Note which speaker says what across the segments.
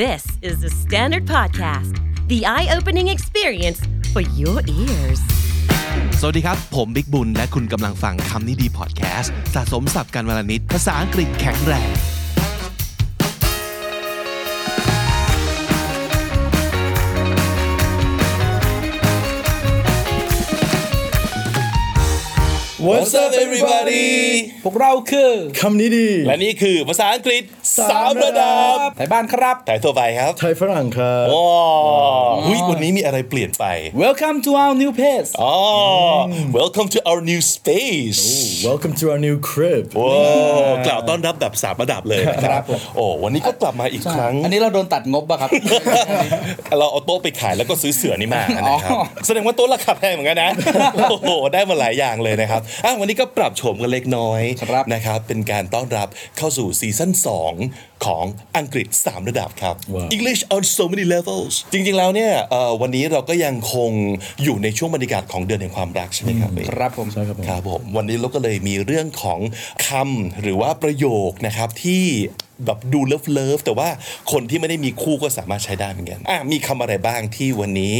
Speaker 1: This is the Standard Podcast, the eye opening experience for your ears.
Speaker 2: สวัสดีครับ ผมบิ๊กบุญ และคุณกำลังฟังคำนี้ดีพอดแคสต์สะสมสับการวลนิดภาษาอังกฤษแข็งแรง
Speaker 3: What's up everybody
Speaker 4: พวกเราคือ
Speaker 3: คำนี้ดี
Speaker 4: และนี่คือภาษาอังกฤษสามระดับไทยบ้านครับ ไทยทั่วไปครับ
Speaker 3: ไทยฝรั่งครับ
Speaker 4: โอ้หุ้ยวันนี้มีอะไรเปลี่ยนไป
Speaker 5: Welcome to our new place
Speaker 4: อ๋อ welcome to our new space
Speaker 3: Welcome to our new crib
Speaker 4: โอ้กล่าวต้อนรับแบบสามระดับเลยนะครับ โอ้วันนี้ก็กลับมาอีกครั้ง
Speaker 5: อันนี้เราโดนตัดงบป่ะครับ
Speaker 4: เราเอาโต๊ะไปขายแล้วก็ซื้อเสือนี่มานะครับ
Speaker 5: อ๋อ
Speaker 4: แสดงว่าโต๊ะราคาแพงเหมือนกันนะ โอ้โห ได้มาหลายอย่างเลยนะครับอ่ะวันนี้ก็ปรับโฉมกันเล็กน้อย
Speaker 5: ครับ
Speaker 4: นะครับ เป็นการต้อนรับเข้าสู่ซีซั่น 2 ของอังกฤษ 3 ระดับครับ
Speaker 3: ว้าว
Speaker 4: English on so many levels จริงๆแล้วเนี่ยเอ่อวันนี้เราก็ยังคงอยู่ในช่วงบรรยากาศของเดือนแห่งความรักใช่ไหมครับเอ๋
Speaker 5: ครับผม
Speaker 3: ใช่ครับผม
Speaker 4: ครับผมวันนี้เราก็เลยมีเรื่องของคำหรือว่าประโยคนะครับที่แบบดูเลิฟเลิฟแต่ว่าคนที่ไม่ได้มีคู่ก็สามารถใช้ได้เหมือนกันอ่ะมีคำอะไรบ้างที่วันนี้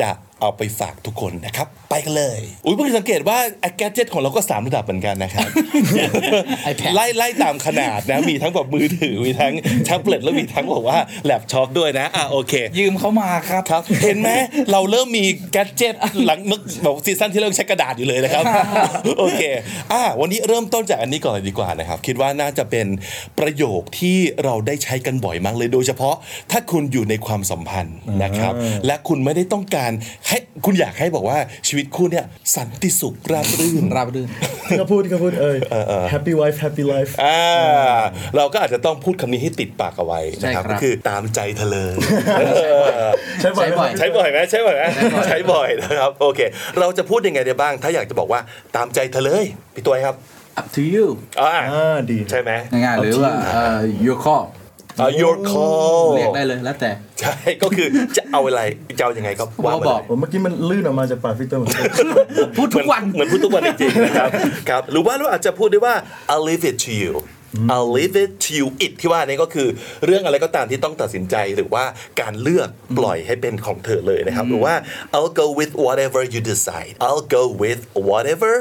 Speaker 4: จะเอาไปฝากทุกคนนะครับ ไปกันเลย อุ้ยเพิ่งสังเกตว่าแกจ e t ของเราก็ 3 ระดับเหมือนกันนะครับ
Speaker 5: iPad
Speaker 4: ไล่ไล่ตามขนาดนะ มีทั้งแบบมือถือ มีทั้งแท็บเล็ตแล้วมีทั้งแบอกว่าแล็ปท็อปด้วยนะอ่ะโอเค
Speaker 5: ยืมเขามาครับ
Speaker 4: ครับ เห็นไหมเราเริ่มมีแกดเจ็ตหลังเมื่อแบบซีซั่นที่เริ่มใช้กระดาษอยู่เลย นะครับ โอเคอ่าวันนี้เริ่มต้นจากอันนี้ก่อนเลยดีกว่านะครับ คิดว่าน่าจะเป็นประโยคที่เราได้ใช้กันบ่อยมากเลย โดยเฉพาะถ้าคุณอยู่ในความสัมพันธ์นะครับ และคุณไม่ได้ต้องการให้คุณอยากให้บอกว่าชีวิตคู่เนี่ยสันติสุขราบรื่น
Speaker 5: ราบรื่น
Speaker 3: ที่เขาพูดที่เขาพูดเอ่ย Happy wife Happy life
Speaker 4: อ่าเราก็อาจจะต้องพูดคำนี้ให้ติดปากเอาไว้นะครับ
Speaker 5: ใช่ครับ
Speaker 4: ก็คือตามใจเธอเลย
Speaker 3: ใช่บ่อย
Speaker 5: ใช่
Speaker 3: ไหม
Speaker 5: บ่อย
Speaker 3: ครั
Speaker 4: ใช้บ่อยไหมใช้บ่อยไหมใช้บ่อยนะครับโอเค เราจะพูดยังไงได้บ้าง ถ้าอยากจะบอกว่าตามใจเธอเลยพี่ตัวครับ
Speaker 5: up to you
Speaker 4: อ่า
Speaker 3: อ่าดี
Speaker 4: ใช่ไหม
Speaker 5: ง่ายๆหรือว่าเอ่อ your call
Speaker 4: อ่า your call
Speaker 5: เรียกได้เลยแล้วแต่
Speaker 4: ใช่ก็คือจะเอาอะไรจะเอายังไงก็ว่ามา
Speaker 5: บอก
Speaker 4: เลย
Speaker 3: ผมเมื่อกี้มันลื่นออกมาจากปากพี่เติม
Speaker 5: พูดทุกวัน
Speaker 4: เหมือนพูดทุกวันจริงๆ นะครับครับหรือว่าเราอาจจะพูดได้ว่า I'll leave it to you I'll leave it to you it ที่ว่านี่ก็คือเรื่องอะไรก็ตามที่ต้องตัดสินใจหรือว่าการเลือกปล่อยให้เป็นของเธอเลยนะครับหรือว่า I'll go with whatever you decide I'll go with whatever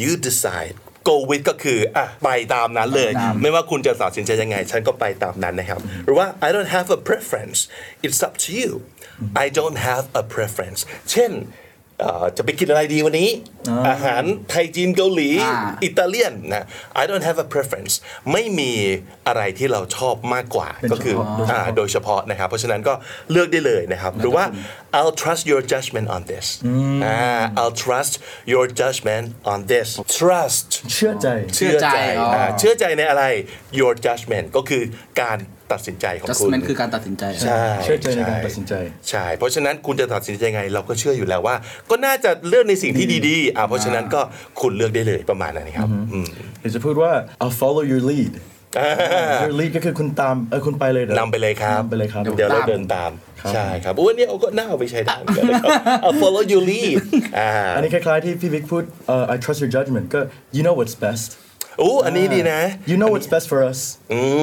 Speaker 4: you decide go with ก็คืออ่ะไปตามนั้นเลย
Speaker 5: ตาม
Speaker 4: ไม่ว่าคุณจะตัดสินใจยังไง ฉันก็ไปตามนั้นนะครับ หรือว่า I don't have a preference it's up to you I don't have a preference เช่นเอ่อจะไปกินอะไรดีวันนี้ อาหารไทยจีนเกาหลี
Speaker 5: อ่า
Speaker 4: อิตาเลียนนะ I don't have a preference ไม่มีอะไรที่เราชอบมากกว่า ก็คืออ่าโดยเฉพาะนะครับ เพราะฉะนั้นก็เลือกได้เลยนะครับ หรือว่า I'll trust your judgment on this อ่า I'll trust your judgment on this trust
Speaker 3: เชื่อใจ
Speaker 5: เชื่อใจอ๋ออ่
Speaker 4: าเชื่อใจในอะไร your judgment ก็คือการตัดสินใจของคุณ
Speaker 5: judgment คือการตัดสินใจ
Speaker 4: ใช่
Speaker 3: เชื่อใจในการตัดสินใจ
Speaker 4: ใช่ เพราะฉะนั้นคุณจะตัดสินใจยังไง เราก็เชื่ออยู่แล้วว่า ก็น่าจะเลือกในสิ่งที่ดีๆอ่าเพราะฉะนั้นก็คุณเลือกได้เลยประมาณนั้นครับอืม
Speaker 3: หรือจะพูดว่า I'll follow your lead
Speaker 4: อ่า
Speaker 3: your lead ก็คือคุณตามเออคุณไปเลยหรอน
Speaker 4: ำไปเลยครับ
Speaker 3: นำไปเลยครับ
Speaker 4: เดี๋ยวเราเดินตาม ใช่ครับอ้วนนี่ยเอาก็น่าเอาไปใช้ได้เหมือน กันนะครับเอา follow your lead อ่า
Speaker 3: อันนี้คล้ายๆที่พี่บิ๊กพูดเอ่อ I trust your judgment ก็ you know what's best
Speaker 4: อู้อันนี้ดีนะ
Speaker 3: you know what's best for us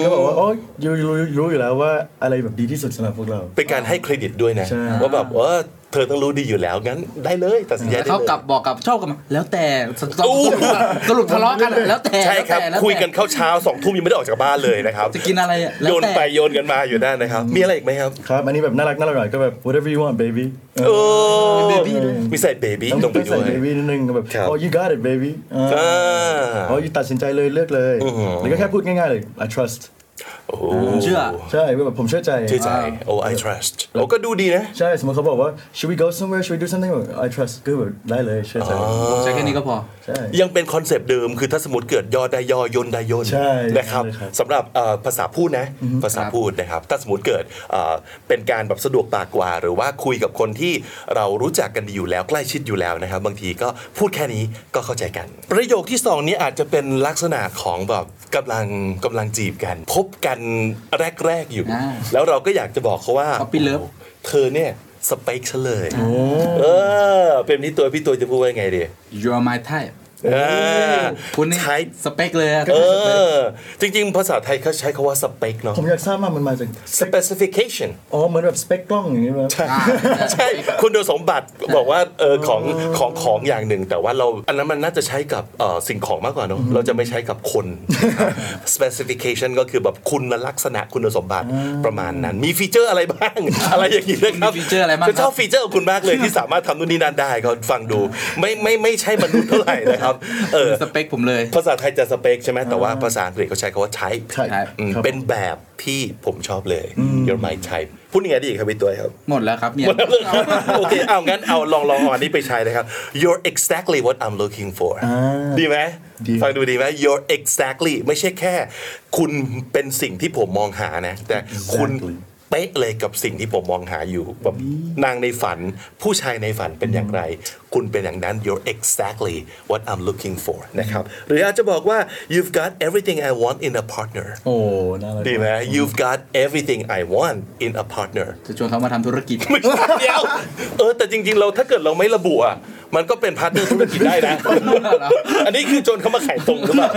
Speaker 3: ก็บอกว่าโอ้ยรู้รู้รู้อยู่แล้วว่าอะไรแบบดีที่สุดสำหรับพวกเรา
Speaker 4: เป็นการให้เครดิตด้วยนะ
Speaker 3: ใช่
Speaker 4: ว่าแบบเออเธอต้องรู้ดีอยู่แล้วงั้นได้เลยตัดสินใจ
Speaker 5: แต่
Speaker 4: ได้
Speaker 5: เขา
Speaker 4: เลย
Speaker 5: กลับบอกกับชอบกันมาแล้วแต่สรุปสรุปทะเลาะกันแล้วแต่
Speaker 4: ใช่ครับ
Speaker 5: แล้วแต่แล้วแต่
Speaker 4: คุยกันเข้าเช้าสองทุ่มยังไม่ได้ออกจากบ้านเลยนะครับ
Speaker 5: จะกินอะไรอะแล้
Speaker 4: โยว
Speaker 5: แต่
Speaker 4: นไปโยนกันมาอยู่นั่นนะครับ มีอะไรอีกไหมครับ
Speaker 3: ครับ อันนี้แบบน่ารักน่ารักหน่อยก็แบบ whatever you want baby เออ
Speaker 4: โอ้
Speaker 3: ด้วย
Speaker 4: มีใส่เบบี้ลงไป
Speaker 3: ต้อง
Speaker 4: ด้
Speaker 3: ใส่
Speaker 4: วย
Speaker 3: baby นิดนึงแบบ
Speaker 4: ครับ
Speaker 3: oh you got it baby อ่า
Speaker 4: อ่า
Speaker 3: อ๋อ you ตัดสินใจเลยเลือกเลยหรือก็แค่พูดง่ายๆเลย I trust
Speaker 4: โอ้
Speaker 5: เชื่อ
Speaker 3: ใช่แบบผมเชื่อใจ
Speaker 4: เชื่อใจโอ้ I trust โอ้ก็ดูดีนะ
Speaker 3: ใช่ สมมติเขาบอกว่า should we go somewhere should we do something แบบ I trust ก็แบบได้เลยเชื่อใจ
Speaker 5: ใช้แค่นี้ก็พอ
Speaker 3: ใช่
Speaker 4: ยังเป็นคอนเซปต์เดิมคือถ้าสมมติเกิดยอได้ยอยนได้ยน
Speaker 3: ใช่
Speaker 4: นะครับ
Speaker 3: ใช่ครับ
Speaker 4: สำหรับเอ่อภาษาพูดนะภาษาพูดนะครับถ้าสมมติเกิดเอ่อเป็นการแบบสะดวกปากกว่า หรือว่าคุยกับคนที่เรารู้จักกันดีอยู่แล้วใกล้ชิดอยู่แล้วนะครับ บางทีก็พูดแค่นี้ก็เข้าใจกัน ประโยคที่สองนี้อาจจะเป็นลักษณะของแบบกำลังกำลังจีบกัน พบกันแรกๆอยู่
Speaker 5: อ่า
Speaker 4: แล้วเราก็อยากจะบอกเขาว่า
Speaker 5: Puppy love
Speaker 4: เธอเนี่ยสเปคฉันเลยเออเป็นที่ตัวพี่ตัวจะพูดว่ายังไงดี
Speaker 5: you're my type
Speaker 4: อ่า
Speaker 5: คุณนี่
Speaker 4: ใช้
Speaker 5: สเปคเลยอะ
Speaker 4: เออ จริง ๆ ภาษาไทยเขาใช้คาว่าสเปคเนาะ
Speaker 3: ผมอยากทราบว่ามันมาจาก
Speaker 4: specification
Speaker 3: อ๋อเหมือนแบบสเปคกล้องอย่างนี้ไหม
Speaker 4: ใช่คุณสมบัติบอกว่าเออของของของอย่างหนึ่ง แต่ว่าเราอันนั้นมันน่าจะใช้กับเอ่อสิ่งของมากกว่าเนอะเราจะไม่ใช้กับ คน specification ก็คือแบบคุณลักษณะคุณสมบัติประมาณนั้น มีฟีเจอร์อะไร บ้าง อะไรอย่างนี้นะครับ
Speaker 5: มีฟีเจอร์อะไรบ้างครับ
Speaker 4: ฉันชอบฟีเจอร์ของคุณมากเลยที่สามารถทำนู่นนี่นั่นได้ก็ฟังดู ไม่ไม่ไม่ใช่มนุษย์เท่าไหร่นะครับเออ
Speaker 5: สเปคผมเลย
Speaker 4: ภาษาไทยจะสเปคใช่ไหมแต่ว่าภาษาอังกฤษเขาใช้คาว่า type
Speaker 3: Type
Speaker 5: ครับ
Speaker 4: อืม
Speaker 3: ครับ
Speaker 4: เป็นแบบที่ผมชอบเลย your my type พูดยังไงดีครับพี่ตัวครับ
Speaker 5: หมดแล้วครับเนี่ย
Speaker 4: โอเค เอางั้นเอาลองลองเอาอันนี้ไปใช้นะครับ you're exactly what I'm looking for
Speaker 3: อ่า
Speaker 4: ดีไหม
Speaker 3: ดี
Speaker 4: ฟังดูดีไหม you're exactly ไม่ใช่แค่ คุณเป็นสิ่งที่ผมมองหานะ แต่คุณเป๊ะเลยกับสิ่งที่ผมมองหาอยู่แบบนางในฝันผู้ชายในฝันเป็นอย่างไร คุณเป็นอย่างนั้น you're exactly what I'm looking for นะครับ หรืออาจจะบอกว่า you've got everything I want in a partner
Speaker 3: โอ้น่ารัก
Speaker 4: ดีไหม you've got everything I want in a partner
Speaker 5: จะชวนเขามาทำธุรกิจ
Speaker 4: ไม่ใช่เดียวเออแต่จริงๆเราถ้าเกิดเราไม่ระบุอ่ะมันก็เป็นพาร์ทเนอร์ธุรกิจได้นะ อันนี้คือโจนเขามาขายตรงหรือเปล่า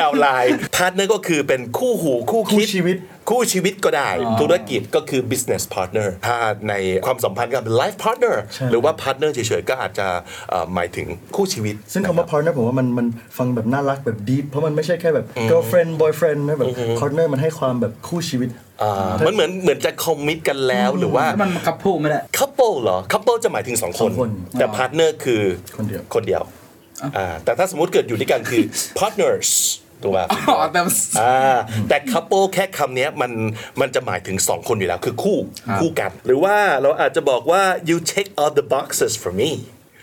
Speaker 4: ดาวน์ไลน์พาร์ทเนอร์ก็คือเป็นคู่หูคู่คิ
Speaker 3: คู่
Speaker 4: ด
Speaker 3: ชีวิต
Speaker 4: คู่ชีวิตก็ได้ ธุรกิจก็คือ business partner ถ้าในความสัมพันธ์กับ life partner
Speaker 3: ใช่
Speaker 4: หรือว่า partner เฉยๆ ก็อาจจะเอ่อหมายถึงคู่ชีวิต
Speaker 3: ซึ่งคำว่า partner ผมว่ามันมันฟังแบบน่ารักแบบ deep เพราะมันไม่ใช่แค่แบบ girlfriend boyfriend นะแบบ partner มันให้ความแบบคู่ชีวิต
Speaker 4: อ่ามันเหมือนเหมือนจะคอมมิตกันแล้วหรือว่า
Speaker 5: มันกับพูดไม่ได้
Speaker 4: couple เหรอ couple จะหมายถึง 2 คน
Speaker 3: สองคน
Speaker 4: แต่ partner คือ
Speaker 3: คนเดียว
Speaker 4: คนเดียวอ่าแต่ถ้าสมมติเกิดอยู่ด้วยกันคือ partners ถูกป่ะ
Speaker 5: อ๋อแต่
Speaker 4: อ่าแต่ couple แค่คำเนี้ยมันมันจะหมายถึง 2 คนอยู่แล้ว คือคู่
Speaker 5: ครับ
Speaker 4: คู่กัน หรือว่าเราอาจจะบอกว่า you check all the boxes for me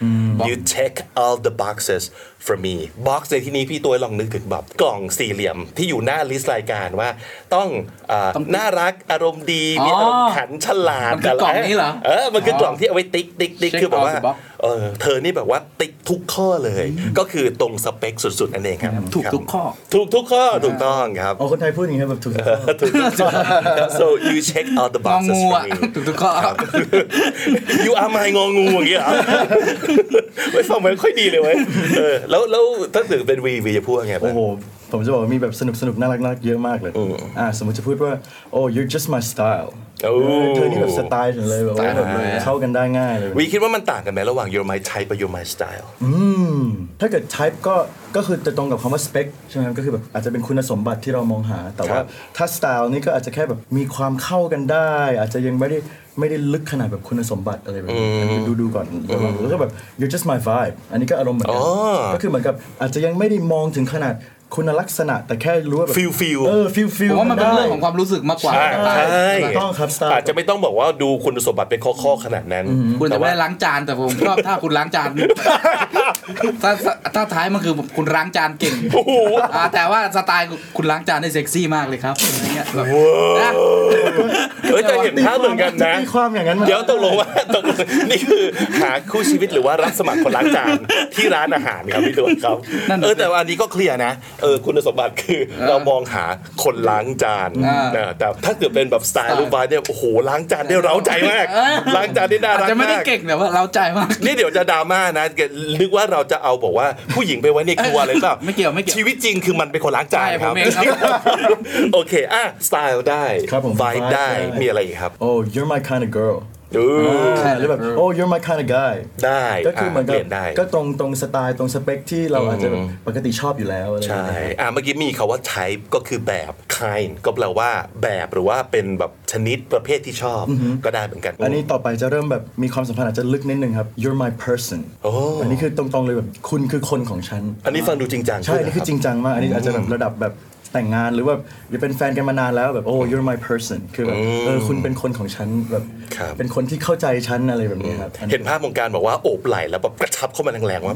Speaker 4: you check all the boxes for me box ในที่นี้พี่ตัวลองนึกถึงแบบกล่องสี่เหลี่ยมที่อยู่หน้าลิสต์รายการว่าต้องอ่าน่ารักอารมณ์ดีมีอารมณ์ขันฉลาด
Speaker 5: มันคือกล่องนี้เหรอ
Speaker 4: เออ มันคือกล่องที่เอาไว้ติ๊กติ๊กติ๊ก
Speaker 5: Check
Speaker 4: คือแบบว่า
Speaker 5: all the box
Speaker 4: เออ เธอนี่แบบว่าติ๊กทุกข้อเลย ก็คือตรงสเปคสุดๆนั่นเองครับ
Speaker 5: ถูกทุกข้อ
Speaker 4: ถูกทุกข้อ ถูกต้องครับ
Speaker 3: เอาคนไทยพูดอย่างเงี้ยแบบถูกต้อง
Speaker 4: ถูกทุกข้อ so you check out the
Speaker 5: งอ
Speaker 4: boxes
Speaker 5: งู
Speaker 4: for
Speaker 5: อ่ะ
Speaker 4: me
Speaker 5: ถูกทุกข้อ
Speaker 4: ยูอาร์มายงองูอย่างเงี้ยเหรอ ไม่ฟังมันค่อยดีเลยเว้ยเออแล้วแล้วถ้าถึงเป็นวีวีจะพูดว่าไงบ้า
Speaker 3: โอ้
Speaker 4: ง
Speaker 3: โห ผมจะบอกว่ามีแบบสนุกสนุกๆน่ารักน่ารักเยอะมากเลย อ่า สมมติจะพูดว่า oh you're just my style
Speaker 4: โอ้
Speaker 3: เออเธอนี่แบบสไตล์ฉันเลยแบบว่า
Speaker 5: สไตล์ผมเลยอะ
Speaker 3: เข้ากันได้ง่ายเลย
Speaker 4: วีคิดว่ามันต่างกันไหมระหว่าง your my type กับ your my style
Speaker 3: ถ้าเกิด type ก็ ก็คือจะตรงกับคำว่า spec ใช่ไหมครับก็คือแบบอาจจะเป็นคุณสมบัติที่เรามองหา แต่
Speaker 4: ค
Speaker 3: ว่า
Speaker 4: รับ
Speaker 3: ถ้า style นี่ก็อาจจะแค่แบบมีความเข้ากันได้ อาจจะยังไม่ได้ ไม่ได้ลึกขนาดแบบคุณสมบัติอะไรแบบนี้ดูดูๆก่อนแล้วก็แบบ you're just my vibe อันนี้ก็อารมณ์เหมือนกัน ก็คือเหมือนกับอาจจะยังไม่ได้มองถึงขนาดคุณลักษณะ แต่แค่รู้ว่าแบบ
Speaker 4: ฟิลฟิล
Speaker 3: เออฟิลฟิ
Speaker 5: ผ
Speaker 3: ล
Speaker 5: มว่ามันเป็นเรื่องของความรู้สึกมากกว่า
Speaker 4: ใช่ใช่
Speaker 3: ถูกต้องครับสไตล์
Speaker 4: อาจจะไม่ต้องบอกว่าดูคุณสมบัติเป็นข้อๆขนาดนั้น
Speaker 5: คุณ
Speaker 4: แต่
Speaker 5: จะ
Speaker 4: ว่า
Speaker 5: ไม่ล้างจานแต่ผมชอบถ้าคุณล้างจาน ถ้าถ้าท้ายมันคือคุณล้างจานเก่งอ่าแต่ว่าสไตล์คุณล้างจานได้เซ็กซี่มากเลยครับอะไรเงี้ยแบบนะ
Speaker 4: เฮ้ยแต่เห็นภาพเหมือนกันนะ
Speaker 3: ตีความอย่างนั้นมัน
Speaker 4: เดี๋ยวตกลงว่า ตกลงนี่คือหาคู่ชีวิตหรือว่ารับสมัครคนล้างจานที่ร้านอาหารครับพี่ตวนครับเออแต่ว่าอันนี้ก็เคลียร์นะเออคุณสมบัติคือเรามองหาคนล้างจานนะแต่ถ้าเกิดเป็นแบบสไตล์ลูกบาเนี่ยโอ้โหล้างจานได้เร้าใจมาก ล้างจานได้น่า
Speaker 5: อาจ
Speaker 4: รัก
Speaker 5: จะไม่ได้
Speaker 4: มาก
Speaker 5: เก่งแต่ว่าเราใจมาก
Speaker 4: นี่เดี๋ยวจะดราม่านะนึกว่าเราจะเอาบอกว่าผู้หญิงไปไว้ในครัวอะไรเปล่า
Speaker 5: ไม่เกี่ยวไม่เกี่ยว
Speaker 4: ชีวิตจริงคือมันเป็นคนล้างจาน
Speaker 5: ใช่
Speaker 4: ครับ
Speaker 5: ผมเองครับ
Speaker 4: โอเคอ่ะสไตล์ได้
Speaker 3: ครับผม
Speaker 4: ไฟ
Speaker 3: vibe
Speaker 4: ได้
Speaker 3: ได้
Speaker 4: มีอะไรอีกครับ
Speaker 3: oh you're my kind of girl
Speaker 4: ดู
Speaker 5: ใช่
Speaker 3: หรือแบบ oh you're my kind of guy
Speaker 4: ได้
Speaker 3: ก็คือเหมือนกั
Speaker 4: เป
Speaker 3: บ
Speaker 4: ลี่ยนได้
Speaker 3: ก็ตรงตรงสไตล์ตรงสเปคที่เราอาจจะแบบปกติชอบอยู่แล้วอะไรอย่าง
Speaker 4: ใช่
Speaker 3: เงี้ย
Speaker 4: อ่ะเมื่อกี้มีคาว่า type ก็คือแบบ kind ก็แปลว่าแบบหรือว่าเป็นแบบชนิดประเภทที่ชอบก็ได้เหมือนกัน
Speaker 3: อันนี้ต่อไปจะเริ่มแบบมีความสัมพันธ์อาจจะลึกนิดนึงครับ you're my person
Speaker 4: โอ้
Speaker 3: นนี้คือตรงๆเลยแบบคุณคือคนของฉัน
Speaker 4: อันนี้ฟังดูจริงจัง
Speaker 3: ใช่
Speaker 4: ขึ้
Speaker 3: อัน
Speaker 4: นะ
Speaker 3: นี่คือจริงจังมาก อันนี้อาจจะแบบระดับแบบแต่งงานหรือว่าจะเป็นแฟนกันมานานแล้วแบบ oh you're my person คือแบบเออคุณเป็นคนของฉันแบบเป็นคนที่เข้าใจฉันอะไรแบบนี้ครับอันนี้
Speaker 4: เห็นภาพของการบอกว่าโอบไหล่แล้วแบบกระชับเข้ามาแรงๆว่า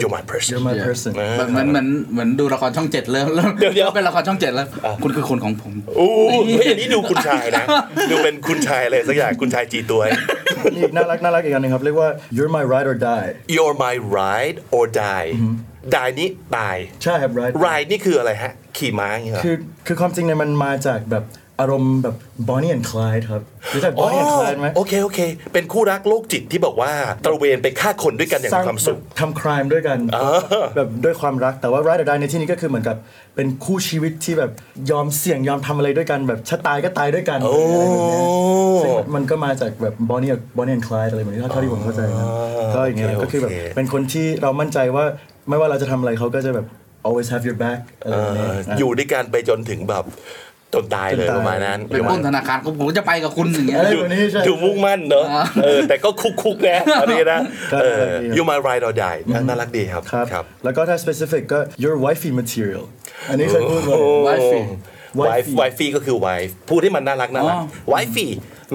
Speaker 4: you're my person
Speaker 3: you're my person
Speaker 5: แบบเหมือนเหมือนเหมือนดูละครช่องเจ็ดเริ่มเริ่ม
Speaker 4: เดี๋ยวเดี๋ยว
Speaker 5: เป็นละครช่องเจ็ดแล้ว คุณคือคนของผม
Speaker 4: โอ้เฮ้ยอันนี้ดูคุณชาย นะ ดูเป็นคุณชายอะไรสักอย่างคุณชายจีตัว
Speaker 3: นี่น่ารักน่ารักอีกอันหนึงครับ เรียกว่า you're my ride or die
Speaker 4: You're my ride or die die นี่ตาย
Speaker 3: ใช่ครับ ride
Speaker 4: ride นี่คืออะไรฮะ ขี่ม้าอย่างเงี้ยเหรอ
Speaker 3: คือคือความจริงเนี่ยมันมาจากแบบ อารมณ์แบบ Bonnie and Clyde ครับรู้จัก Bonnie and Clyde ไหม
Speaker 4: โอเคโอเค เป็นคู่รักโรคจิตที่บอกว่าตระเวนไปฆ่าคนด้วยกันอย่างมีความสุข
Speaker 3: ทำ crime ด้วยกันแบบด้วยความรักแต่ว่า Ride or Die ในที่นี้ก็คือเหมือนกับเป็นคู่ชีวิตที่แบบยอมเสี่ยงยอมทำอะไรด้วยกันแบบชะตายก็ตายด้วยกันอะไรแบบเนี้ยซึ่งมันก็มาจากแบบ Bonnie Bonnie and Clyde อะไรแบบนี้เท่าที่ผมเข้าใจนะก็อย่างเงี้ย
Speaker 4: โอเค
Speaker 3: ก็คือแบบ
Speaker 4: โอเค
Speaker 3: เป็นคนที่เรามั่นใจว่าไม่ว่าเราจะทำอะไรเขาก็จะแบบ always have your back อะไรแบบนี้
Speaker 4: เออ
Speaker 3: นะ
Speaker 4: อยู่ด้วยกันไปจนถึงแบบจนตายเลย
Speaker 3: จนตา
Speaker 4: ป
Speaker 3: ย
Speaker 4: ระมาณนั้น
Speaker 5: ไปปล้นธนาคารผมผมจะไปกับคุณอย่างเงี้ย
Speaker 3: อะไรแบบนี้ใช่
Speaker 4: ดูมุ่งมั่นเนอะเออแต่ก็คุกคุกๆนะอันนี้นะ
Speaker 3: ครับ
Speaker 4: เออ
Speaker 3: ครับ
Speaker 4: you my ride or die น่าน่ารักดีครับ
Speaker 3: ครับ
Speaker 4: ครับ
Speaker 3: แล้วก็ถ้า specific ก็ your wifey material อันนี้เคยพูดไว้
Speaker 5: Wifey
Speaker 3: Wifey
Speaker 4: wife ก็คือ wife พูดให้มันน่ารักน่ารัก
Speaker 5: อ๋อ
Speaker 4: wifey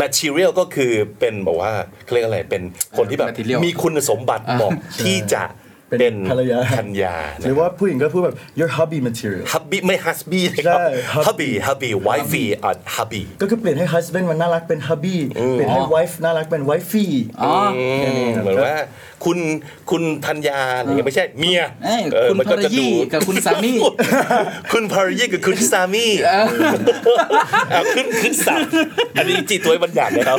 Speaker 4: material ก็คือเป็นบอกว่าเขาเรียกอะไรเป็นคนที่แบบ
Speaker 5: Material
Speaker 4: มีคุณสมบัติเหมาะที่จะ
Speaker 3: เป็น
Speaker 4: เป็น
Speaker 3: ภรรยา
Speaker 4: ภรรยานะ
Speaker 3: หรือว่าผู้หญิงก็พูดแบบ your hubby material
Speaker 4: ฮับบี้ไม่ฮัสบี้นะครับ
Speaker 3: ใช่
Speaker 4: ฮับบี้ฮับบี้ wifey อ่ะฮับบี้
Speaker 3: ก็คือเปลี่ยนให้ husband มันน่ารักเป็น hubby เปลี่ยนให้ wife น่ารักเป็น wifey
Speaker 5: อ๋อ
Speaker 3: แค่นี้ครับ
Speaker 4: เหมือนว่าคุณคุณธัญญาอะไรเงี้ยไม่ใช่เมีย
Speaker 5: เอ้ย
Speaker 4: เออ
Speaker 5: คุณ
Speaker 4: มัน
Speaker 5: ภ
Speaker 4: ก็
Speaker 5: รร
Speaker 4: จะดู
Speaker 5: ยีกับคุณสามี
Speaker 4: คุณภรรยีกับคุณสามีเอาขึ้นขึ้นสับอันนี้จีตัวบัญญัตินะครับ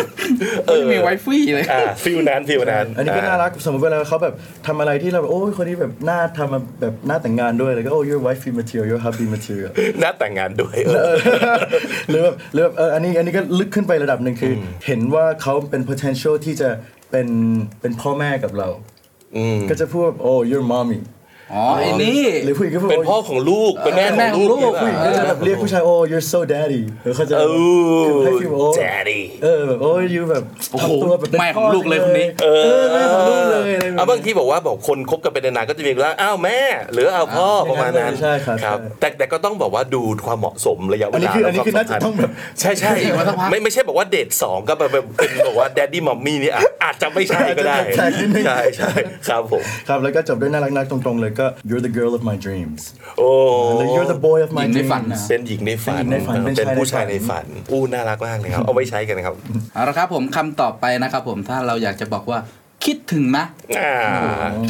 Speaker 4: เออ
Speaker 5: ไม่มีไวฟรีเลย
Speaker 4: อ่าฟิลนั้นฟิลนั้น
Speaker 3: อันนี้ก็น่ารักสมมติเวลาเขาแบบทำอะไรที่เราแบบ โอ้ยคนนี้แบบหน้าทำแบบหน้าแต่งงานด้วยแล้วก็ oh your wifey material your hubby material
Speaker 4: หน้าแต่งงานด้วยเออ
Speaker 3: หรือแบบหรือแบบเอออันนี้อันนี้ก็ลึกขึ้นไประดับหนึ่งคืออเห็นว่าเขาเป็น potential ที่จะเป็นเป็นพ่อแม่กับเรา ก็จะพูดแบบ oh your mommy
Speaker 5: อ๋อไอ้นี่
Speaker 3: หรือผู้หญิงก็พูด
Speaker 4: เป็น
Speaker 3: โย
Speaker 4: พ่อของลูก เป็นแม่
Speaker 5: เป็น
Speaker 4: ข
Speaker 5: แม่
Speaker 4: อง
Speaker 5: ของ
Speaker 4: ลูก
Speaker 5: ลูก
Speaker 4: นี่แห
Speaker 3: ก็
Speaker 4: ละ
Speaker 3: จะแบบเรียกผู้ชายโอ้ you're so daddy หรือเขาจะ
Speaker 4: โอ้
Speaker 3: ให้ฟีลโอ้
Speaker 4: daddy
Speaker 3: เออแบบโอ้ you แบบ
Speaker 5: โอ้โห
Speaker 3: ทำตัวแบบเป็น
Speaker 5: แม่ของลูกเลยคนนี้
Speaker 3: เออแม่ของลูกเลยอะไรแบบ
Speaker 4: เอา
Speaker 3: นี้
Speaker 4: บางทีบอกว่าบอกคนคบกันไปนานๆก็จะมีว่าอ้าวแม่ หรืออ้าวพ่อประมาณนั้น
Speaker 3: ใช่ครับ
Speaker 4: ครับ
Speaker 3: ใช่
Speaker 4: แต่แต่ก็ต้องบอกว่าดูความเหมาะสมระยะเว
Speaker 3: อันนี้
Speaker 4: ลา
Speaker 3: คือ
Speaker 4: และ
Speaker 3: อันนี้คือ
Speaker 4: วามสัมพั
Speaker 3: น่าจะต้องแบบ
Speaker 4: ใช่ใช่
Speaker 5: อีกว่าสักพัก
Speaker 4: ไม่ไม่ใช่บอกว่าเดทสองก็แบบแบบเป็นบอกว่า daddy mommy นี่อาจอาจจะไม่ใช่ก็ได้ใช่ใช่ครับผม
Speaker 3: ครับ แล้วก็จบด้วยน่ารักนักตรงๆเลยก็ you're the girl of my dreams
Speaker 4: โอ้
Speaker 3: หรือ you're the boy of
Speaker 5: ห
Speaker 3: my
Speaker 5: ญิงในฝัน
Speaker 3: dreams
Speaker 5: นะ
Speaker 4: เป็นหญิงในฝัน
Speaker 3: เป็นหญิงในฝันเป็น
Speaker 4: เป็นผู้ชา
Speaker 3: ชาย ย
Speaker 4: ใน
Speaker 3: ในฝั
Speaker 4: ฝัน
Speaker 3: น
Speaker 4: อู้น่ารักมากเลยครับเอาไว้ใช้กันครับ
Speaker 5: เอาละครับผมคำต่อไปนะครับผมถ้าเราอยากจะบอกว่าคิดถึงนะ
Speaker 4: อ่า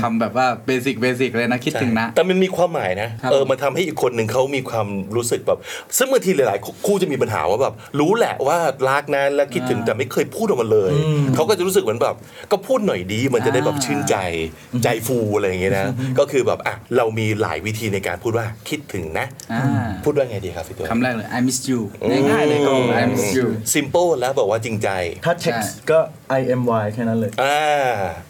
Speaker 5: คำแบบว่าเบสิกเบสิกเลยนะคิดถึงนะ
Speaker 4: แต่มันมีความหมายนะครับ เออมันทำให้อีกคนหนึ่งเขามีความรู้สึกแบบ ซึ่งบางทีหลายๆ คู่จะมีปัญหาว่าแบบรู้แหละว่ารักนะและคิดถึงแต่ไม่เคยพูดออกมาเลยเขาก็จะรู้สึกเหมือนแบบ ก็พูดหน่อยดีมันจะได้แบบชื่นใจใจฟูอะไรอย่างเงี้ยนะ ก็คือแบบอ่ะเรามีหลายวิธีในการพูดว่าคิดถึงนะ
Speaker 5: อ่า
Speaker 4: พูดว่าไงดีครับพี่ตัว
Speaker 5: คำแรกเลย I miss you ง่ายๆเลยก็ I miss you
Speaker 4: simple แล้วบอกว่าจริงใจ
Speaker 3: ถ้า text ก็ I M Y แค่นั้นเลย
Speaker 4: อ่า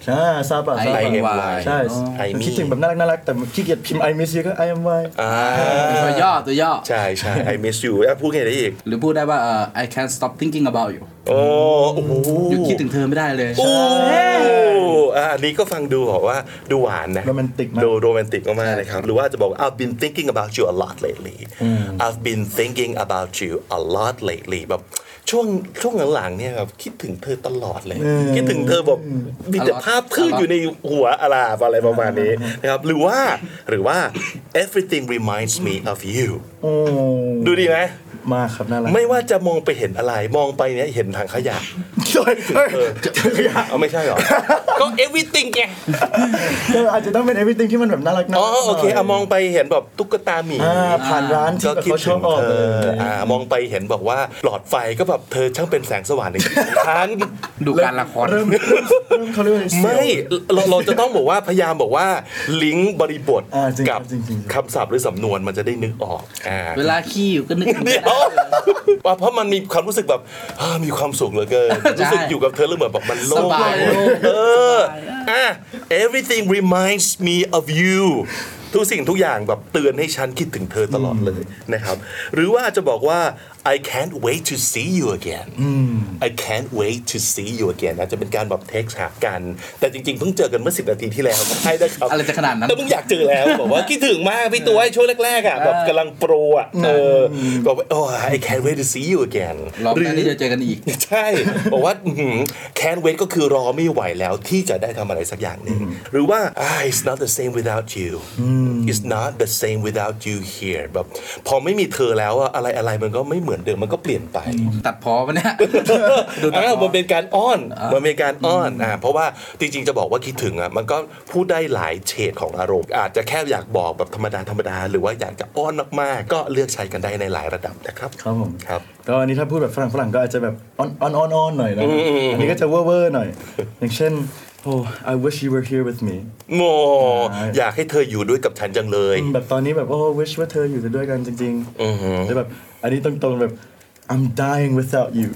Speaker 3: ใช่ทราบป่ะทรา
Speaker 4: I
Speaker 3: บป่ะ
Speaker 4: M Y
Speaker 3: ใช่
Speaker 4: I M
Speaker 3: คิดถึงแบบน่ารักน่ารักแต่ขี้เกียจพิมพ์ I miss you ก็ I M Y
Speaker 4: อ่า
Speaker 5: ตัวย่อตัวย่อ
Speaker 4: ใช่ใช่ I miss you อ่ะพูดไงได้อีก
Speaker 5: หรือพูดได้ว่าเอ่อ I can't stop thinking about you
Speaker 4: โอ้โอ้โห
Speaker 5: หยุดคิดถึงเธอไม่ได้เลย
Speaker 4: โอ้อ่ะอันนี้ก็ฟังดูแบอกว่าดูหวานนะ
Speaker 3: Romantic มาก
Speaker 4: ดูโรแมนติกมากๆนะครับ หรือว่าจะบอกว่า I've been thinking about you a lot lately I've been thinking about you a lot lately แบบช่วงช่วงหลังๆเนี่ยแบบคิดถึงเธอตลอดเลย คิดถึงเธอแบบมีแต่
Speaker 5: a lot
Speaker 4: ภาพเธออยู่ในหัวอะไรอะไรประมาณนี้นะครับ หรือว่าหรือว่า everything reminds me of you
Speaker 3: โอ้
Speaker 4: ดูดีไหม
Speaker 3: มากครับน่ารัก
Speaker 4: ไม่ ว่าจะมองไปเห็นอะไรมองไปเนี่ยเห็นถังขย ะ
Speaker 3: โอ้ยเฮ้ย
Speaker 4: เอาไม่ใช่ เหรอ ก็ everything ไง
Speaker 3: เอออาจจะต้องเป็น everything ที่มันแบบน่ารักน่า
Speaker 4: อ๋อ
Speaker 3: รัก
Speaker 4: โอเค
Speaker 3: หน่ย
Speaker 4: อะมองไปเห็นแบบตุ๊กตาหมี
Speaker 3: อ่าผ่านร้านที่
Speaker 4: ก็
Speaker 3: แบบ
Speaker 4: คิด
Speaker 3: เขาช
Speaker 4: ถึ
Speaker 3: อบ
Speaker 4: ง
Speaker 3: ออก
Speaker 4: เธ
Speaker 3: เล
Speaker 4: อย อ่ามองไปเห็นบอกว่าหลอดไฟก็แบบเธอช่างเป็นแสงสว่างในชีวิตของฉัน
Speaker 5: ดูการละคร
Speaker 3: เริ่มเริ่มเริ่มเขาเรียกว่า
Speaker 4: ไม่เราเราจะต้องบอกว่าพยายามบอกว่าลิงก์บริบท
Speaker 3: อ่าจริง
Speaker 4: กับ
Speaker 3: จริงจริง
Speaker 4: คำศัพท์หรือสำนวนมันจะได้นึกออกอ่า
Speaker 5: เวลาขี้อยู่ก็นึกถึง
Speaker 4: เดี๋ยวเพราะมันมีความรู้สึกแบบอ่ามีความสุขเหลือเกินรู้สึกอยู่กับเธอแล้วเหมือนแบบมันโล่ง
Speaker 5: สบายโล่ง
Speaker 4: เอออ่ะ everything reminds me of you ทุกสิ่งทุกอย่างแบบเตือนให้ฉันคิดถึงเธอตลอดเลยนะครับ หรือว่าจะบอกว่า I can't wait to see you again I can't wait to see you again อาจจะเป็นการแบบเท็กซ์หากัน แต่จริงๆ เพิ่งเจอกันเมื่อ 10 นาทีที่แล้วใช่นะครับ
Speaker 5: อะไรจะขนาดนั้น
Speaker 4: แต่เพิ่งอยากเจอแล้วบอกว่าคิดถึงมากพี่ตัวไอ้ช่วงแรกๆอ่ะแบบกำลังโปรอ่ะเออบอกว่าโอ้ I can't wait to see you again
Speaker 5: รอบ
Speaker 4: ห
Speaker 5: ห
Speaker 4: รื
Speaker 5: น้า
Speaker 4: อ
Speaker 5: ที่จะเจอกันอีก
Speaker 4: ใช่ บอกว่าอื้อหือ can't wait ก็คือรอไม่ไหวแล้วที่จะได้ทำอะไรสักอย่างหนึ่งหรือว่า ah, it's not the same without you it's not the same without you here แบบพอไม่มีเธอแล้วอะอะไรอะไรมันก็ไม่เหมือนเดิมมันก็เปลี่ยนไป
Speaker 5: ตัดพอปะเนี่ย ดูตัด
Speaker 4: อ้าว
Speaker 5: พ
Speaker 4: มั
Speaker 5: อน
Speaker 4: เป็นการอ้อนมันเป็นการอ้อนอ่าเพราะว่าจริงๆจะบอกว่าคิดถึงอ่ะมันก็พูดได้หลายเฉดของอารมณ์ อาจจะแค่อยากบอกแบบธรรมดาธรรมดาๆหรือว่าอยากจะอ้อนมากๆ ก็เลือกใช้กันได้ในหลายระดับนะครับ
Speaker 3: ครับผม
Speaker 4: ครับ
Speaker 3: ก็อันนี้ถ้าพูดแบบฝรั่งฝรั่งก็อาจจะแบบอ่อนอ่อนอ่อนอ่อนหน่อยนะอันนี้ก็จะเว่อร์เว่อร์หน่อย อย่างเช่น oh I wish you were here with me
Speaker 4: โมอยากให้เธออยู่ด้วยกับฉันจังเลย
Speaker 3: แบบตอนนี้แบบ oh wish ว่าเธออยู่ด้วยกันจริงๆแล้วแบบอันนี้ตรงๆแบบ I'm dying without you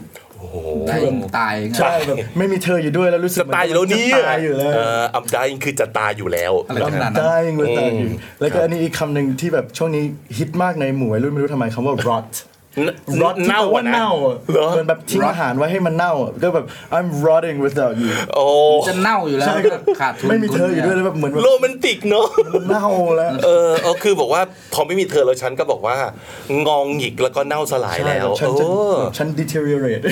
Speaker 5: ได้ยิงตายไง
Speaker 3: ใช่แบบไม่มีเธออยู่ด้วยแล้วรู้สึก
Speaker 4: จะตายอยู่แล้วเนี่ย
Speaker 3: จะตายอยู่แล้ว
Speaker 4: เอ่ออัมดายิงคือจะตายอยู่แล้ว
Speaker 5: อะไรขนาด
Speaker 3: I'm
Speaker 5: นั้น
Speaker 3: dying without you แล้วก็อันนี้อีกคำหนึ่งที่แบบช่วงนี้ฮิตมากในหมู่วัยรุ่นไม่รู้ทำไมคำว่า rot
Speaker 4: น
Speaker 3: rot ที่
Speaker 4: เน่า
Speaker 3: แปลว่า
Speaker 4: อะนะ
Speaker 3: เน่าอะ
Speaker 4: เหรอ
Speaker 3: เหมือนแบบทิ้งอาหารไว้ให้มันเน่าอะก็แบบ I'm rotting without you
Speaker 4: โอ้
Speaker 5: จะเน่าอยู่แล้ว
Speaker 3: ใช่ก็
Speaker 5: ขาดทุน
Speaker 3: ไม่มีเธออยู่ด้วยแล้วแบบเหมือนแบบ
Speaker 4: โรแมนติกเนาะ
Speaker 3: เน่าแล้ว
Speaker 4: เออเออคือบอกว่าพอไม่มีเธอแล้วฉันก็บอกว่า งองหงิกแล้วก็เน่าสลาย
Speaker 3: ใช่
Speaker 4: แล้ว
Speaker 3: ฉัน
Speaker 4: โอ้
Speaker 3: จะฉัน deteriorate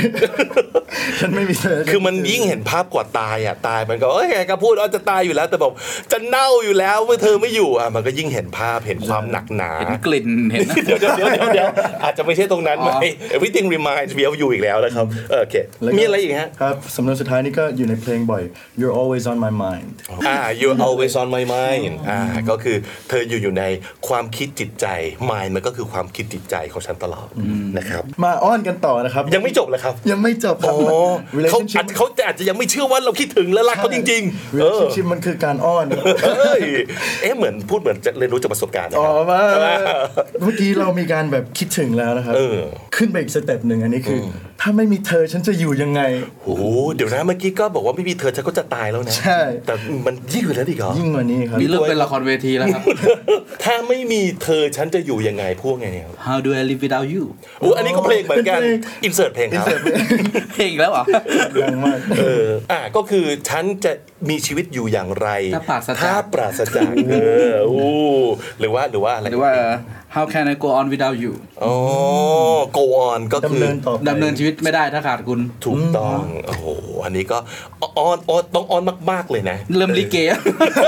Speaker 3: ฉันไม่มีเธอ
Speaker 4: คือมันยิ่งเห็นภาพกว่าตายอ่ะตายมันก็เอ้ยใครก็พูดว่าจะตายอยู่แล้วแต่บอกจะเน่าอยู่แล้วเมื่อเธอไม่อยู่อ่ะมันก็ยิ่งเห็นภาพเห็นความหนักหนา
Speaker 5: เห็นกลิ่นเห็น
Speaker 4: เดี๋ยวเดี๋ยวเดี๋ยวเดี๋ยวเดี๋ยวอาจจะไม่ใช่ตรงนั้นไหม
Speaker 5: อ๋อ
Speaker 4: Everything reminds me of you อีกแล้วนะครับเออโอเค
Speaker 3: แล้ว
Speaker 4: มีอะไรอีกฮะ
Speaker 3: ครับสำนวนสุดท้ายนี่ก็อยู่ในเพลงบ่อย you're always on my mind
Speaker 4: อ่า you always on my mind อ่าก็คือเธออยู่อยู่ในความคิดจิตใจ mind มันก็คือความคิดจิตใจของฉันตลอดนะครับ
Speaker 3: มาอ้อนกันต่อนะครับ
Speaker 4: ยังไม่จบเลยครับ
Speaker 3: ยังไม่จบค
Speaker 4: อ๋
Speaker 3: รั
Speaker 4: อบ เขา
Speaker 3: relationship
Speaker 4: อาจจะเขาอาจจะยังไม่เชื่อว่าเราคิดถึงและรักเขาจริงๆ เออ
Speaker 3: relationship มันคือการอ้อนนะ
Speaker 4: เอ้ยเอ๊ะเหมือนพูดเหมือนจะเรียนรู้จากประสบการณ์นะ
Speaker 3: อ๋
Speaker 4: ค
Speaker 3: อ
Speaker 4: รับ
Speaker 3: มาเมื่อกี้เรามีการแบบคิดถึงแล้วนะครับ
Speaker 4: เออ
Speaker 3: ขึ้นไปอีกสเต็ปหนึ่งอันนี้คืออถ้าไม่มีเธอฉันจะอยู่ยังไง
Speaker 4: โอ้โหเดี๋ยวนะเมื่อกี้ก็บอกว่าไม่มีเธอฉันก็จะตายแล้วนะ
Speaker 3: ใช่
Speaker 4: แต่มันยิ่งกว่านั้นอีกเหรอ
Speaker 3: ยิ่งกว่านี้ครับ
Speaker 5: มีเรื่องเป็นละครเวที แล้วครับ
Speaker 4: ถ้าไม่มีเธอฉันจะอยู่ยังไงพวกไงเนี่ย
Speaker 5: How do I live without you
Speaker 4: โอ้อันนี้ก็เพลงเหมือนกัน
Speaker 3: เป็นเพลง
Speaker 4: อินเสิร์ตเพลงครับ
Speaker 5: เพลงอีกแล้วเหรอ
Speaker 3: ดังมาก
Speaker 4: เออ อ่ะก็คือฉันจะมีชีวิตอยู่อย่างไร
Speaker 5: ถ้าปราศจาก
Speaker 4: ถ้าปราศจากเอออู้หรือว่าหรือว่าอะไร
Speaker 5: หรือว่า How can I go on without you
Speaker 4: อ๋อ go on ก็คือ
Speaker 3: ดำเนินต่อไป
Speaker 5: ดำเนินชีวิตไม่ได้ถ้าขาดคุณ
Speaker 4: ถูกต้อง โอ้โห อันนี้ก็อ้อนอ้อนต้องอ้อนมาก ๆ เลยนะ
Speaker 5: เริ่มลิเก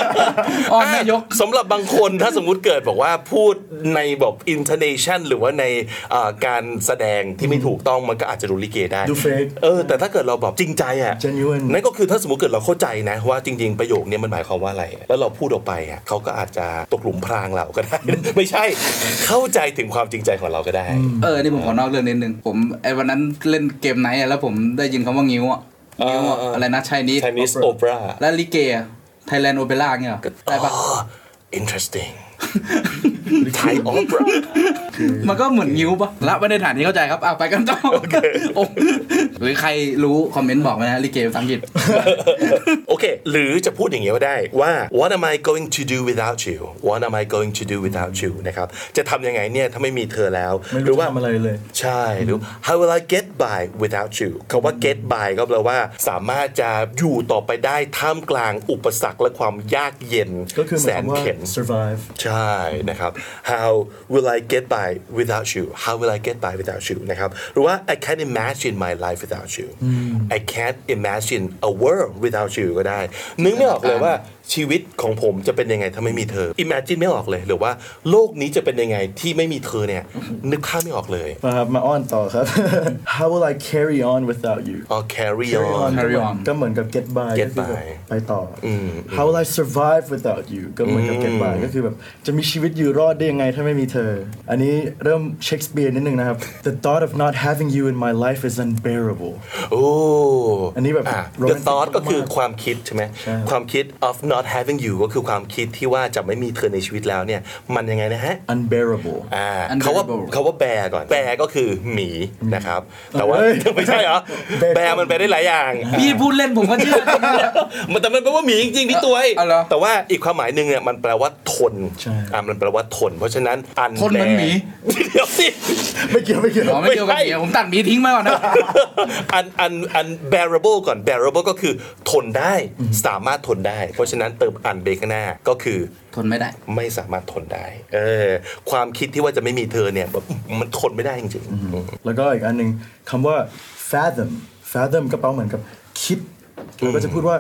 Speaker 5: อ่อนแม่ยก
Speaker 4: สำหรับบางคนถ้าสมมุติเกิดบอกว่าพูดในแบบ intonation หรือว่าในเอ่อการแสดงที่ไม่ถูกต้องมันก็อาจจะดูลิเกได้
Speaker 3: ดู fake
Speaker 4: เออ แต่ถ้าเกิดเราแบบจริงใจอ่ะ
Speaker 3: Genuine
Speaker 4: นั่นก็คือถ้าสมมติเกิดเราเข้าใจนะ ว่าจริง ๆ ประโยคเนี้มันหมายความว่าอะไร แล้วเราพูดออกไปอ่ะเขาก็อาจจะตกหลุมพรางเราก็ได้ ไม่ใช่ เข้าใจถึงความจริงใจของเราก็ได้
Speaker 5: เออ นี่ผมขอนอกเรื่องนิดนึง ผมไอ้วันนั้นเล่นเกมไหนอะแล้วผมได้ยินคำว่างิ้วอะงิ้วอะ
Speaker 4: เออเอออ
Speaker 5: อะไรนะชายนี้
Speaker 4: Chinese opera
Speaker 5: และลิเกไทยแลนด์โอเปร่าเงี้ยเหรอได้ปะ
Speaker 4: interesting ไทยออปรา
Speaker 5: มันก็เหมือนงิ้วปะละไม่ได้ฐานนี้เข้าใจครับอ่ะไปกันต่อโอ้ หรือใครรู้คอมเมนต์บอกมานะลิเกภาษาอังกฤษ
Speaker 4: โอเค หรือจะพูดอย่างเงี้ยก็ได้ว่า what am I going to do without you what am I going to do without you นะครับ จะทำยังไงเนี่ยถ้าไม่มีเธอแล้ว
Speaker 3: ไม่
Speaker 4: หรื
Speaker 3: รู้
Speaker 4: ว่า
Speaker 3: ทำอะไรเลย
Speaker 4: ใช่หรือ how will I get by without you คาว่า get by ก็แปลว่าสามารถจะอยู่ต่อไปได้ท่ามกลางอุปสรรคและความยากเย็น
Speaker 3: ก็คือห
Speaker 4: แส
Speaker 3: มายคน วามว่า
Speaker 4: เข็ญ
Speaker 3: survive
Speaker 4: ใช่นะครับ how will I get by without you how will I get by without you นะครับหรือว่า I can't imagine my life without you I can't imagine a world without you ก็ได้ นึกไม่ออกเลยว่าชีวิตของผมจะเป็นยังไงถ้าไม่มีเธอ imagine ไม่ออกเลย หรือว่าโลกนี้จะเป็นยังไงที่ไม่มีเธอเนี่ย นึกภาพไม่ออกเลย
Speaker 3: มาครับมาอ้อนต่อครับ How will I carry on without you
Speaker 4: or carry on
Speaker 5: Carry on
Speaker 3: ก็เหมือนกับ get by
Speaker 4: Get
Speaker 3: ก็คือแบบ
Speaker 4: by
Speaker 3: ไปต่ออ How will I survive without you ก็เหมือนกับ get by ก็คือแบบจะมีชีวิตอยู่รอดได้ยังไงถ้าไม่มีเธอ อันนี้เริ่มเชคสเปียร์นิดนึงนะครับ The thought of not having you in my life is unbearable
Speaker 4: โอ้
Speaker 3: อันนี้แบบ
Speaker 4: ะ the
Speaker 3: romantic
Speaker 4: thought
Speaker 3: มากๆ
Speaker 4: ก็คือความคิดใช่ไหม
Speaker 3: ใช่
Speaker 4: ความคิด of not having you ก็คือความคิดที่ว่าจะไม่มีเธอในชีวิตแล้วเนี่ย มันยังไงนะฮะ
Speaker 3: unbearable
Speaker 4: อ่า
Speaker 5: Unbearable
Speaker 4: เขาว่าเขาว่าแบร์ก่อน แบร์ก็คือหมีนะครับ แต่ว่า
Speaker 3: เอ้ย
Speaker 4: ไม่ใช่เหรอ
Speaker 3: Bear
Speaker 4: แบร์มันแปลได้หลายอย่าง
Speaker 5: พี่พูดเล่นผมก็เชื่อ
Speaker 4: มันแต่มันแปลว่าหมีจริงๆพี่ตัว
Speaker 5: เอาเหรอ
Speaker 4: แต่ว่าอีกความหมายหนึ่งเนี่ยมันแปลว่าทน
Speaker 3: ใช่
Speaker 4: อ่ามันแปลว่าทน เพราะฉะนั้นอัน
Speaker 5: ทนเหมือนหมี
Speaker 4: เดี๋ยวสิ
Speaker 3: ไม่เกี่ยวไม่เกี่ยว
Speaker 5: อ๋อไม่เกี่ยวกับเดียวผมตัดหมีทิ้งมาก่อนนะ
Speaker 4: อันอันอัน bearable ก่อน bearable ก็คือทนได้สามารถทนได้ เพราะฉะนั้นเติมอันเบรกข้างหน้าก็คือ
Speaker 5: ทนไม่ได้
Speaker 4: ไม่สามารถทนได้เออความคิดที่ว่าจะไม่มีเธอเนี่ยแบบมันทนไม่ได้จริงๆ
Speaker 3: แล้วก็อีกอันหนึ่งคำว่า fathom fathom ก็แปลว่าเหมือนกับคิดเราก็จะพูดว่า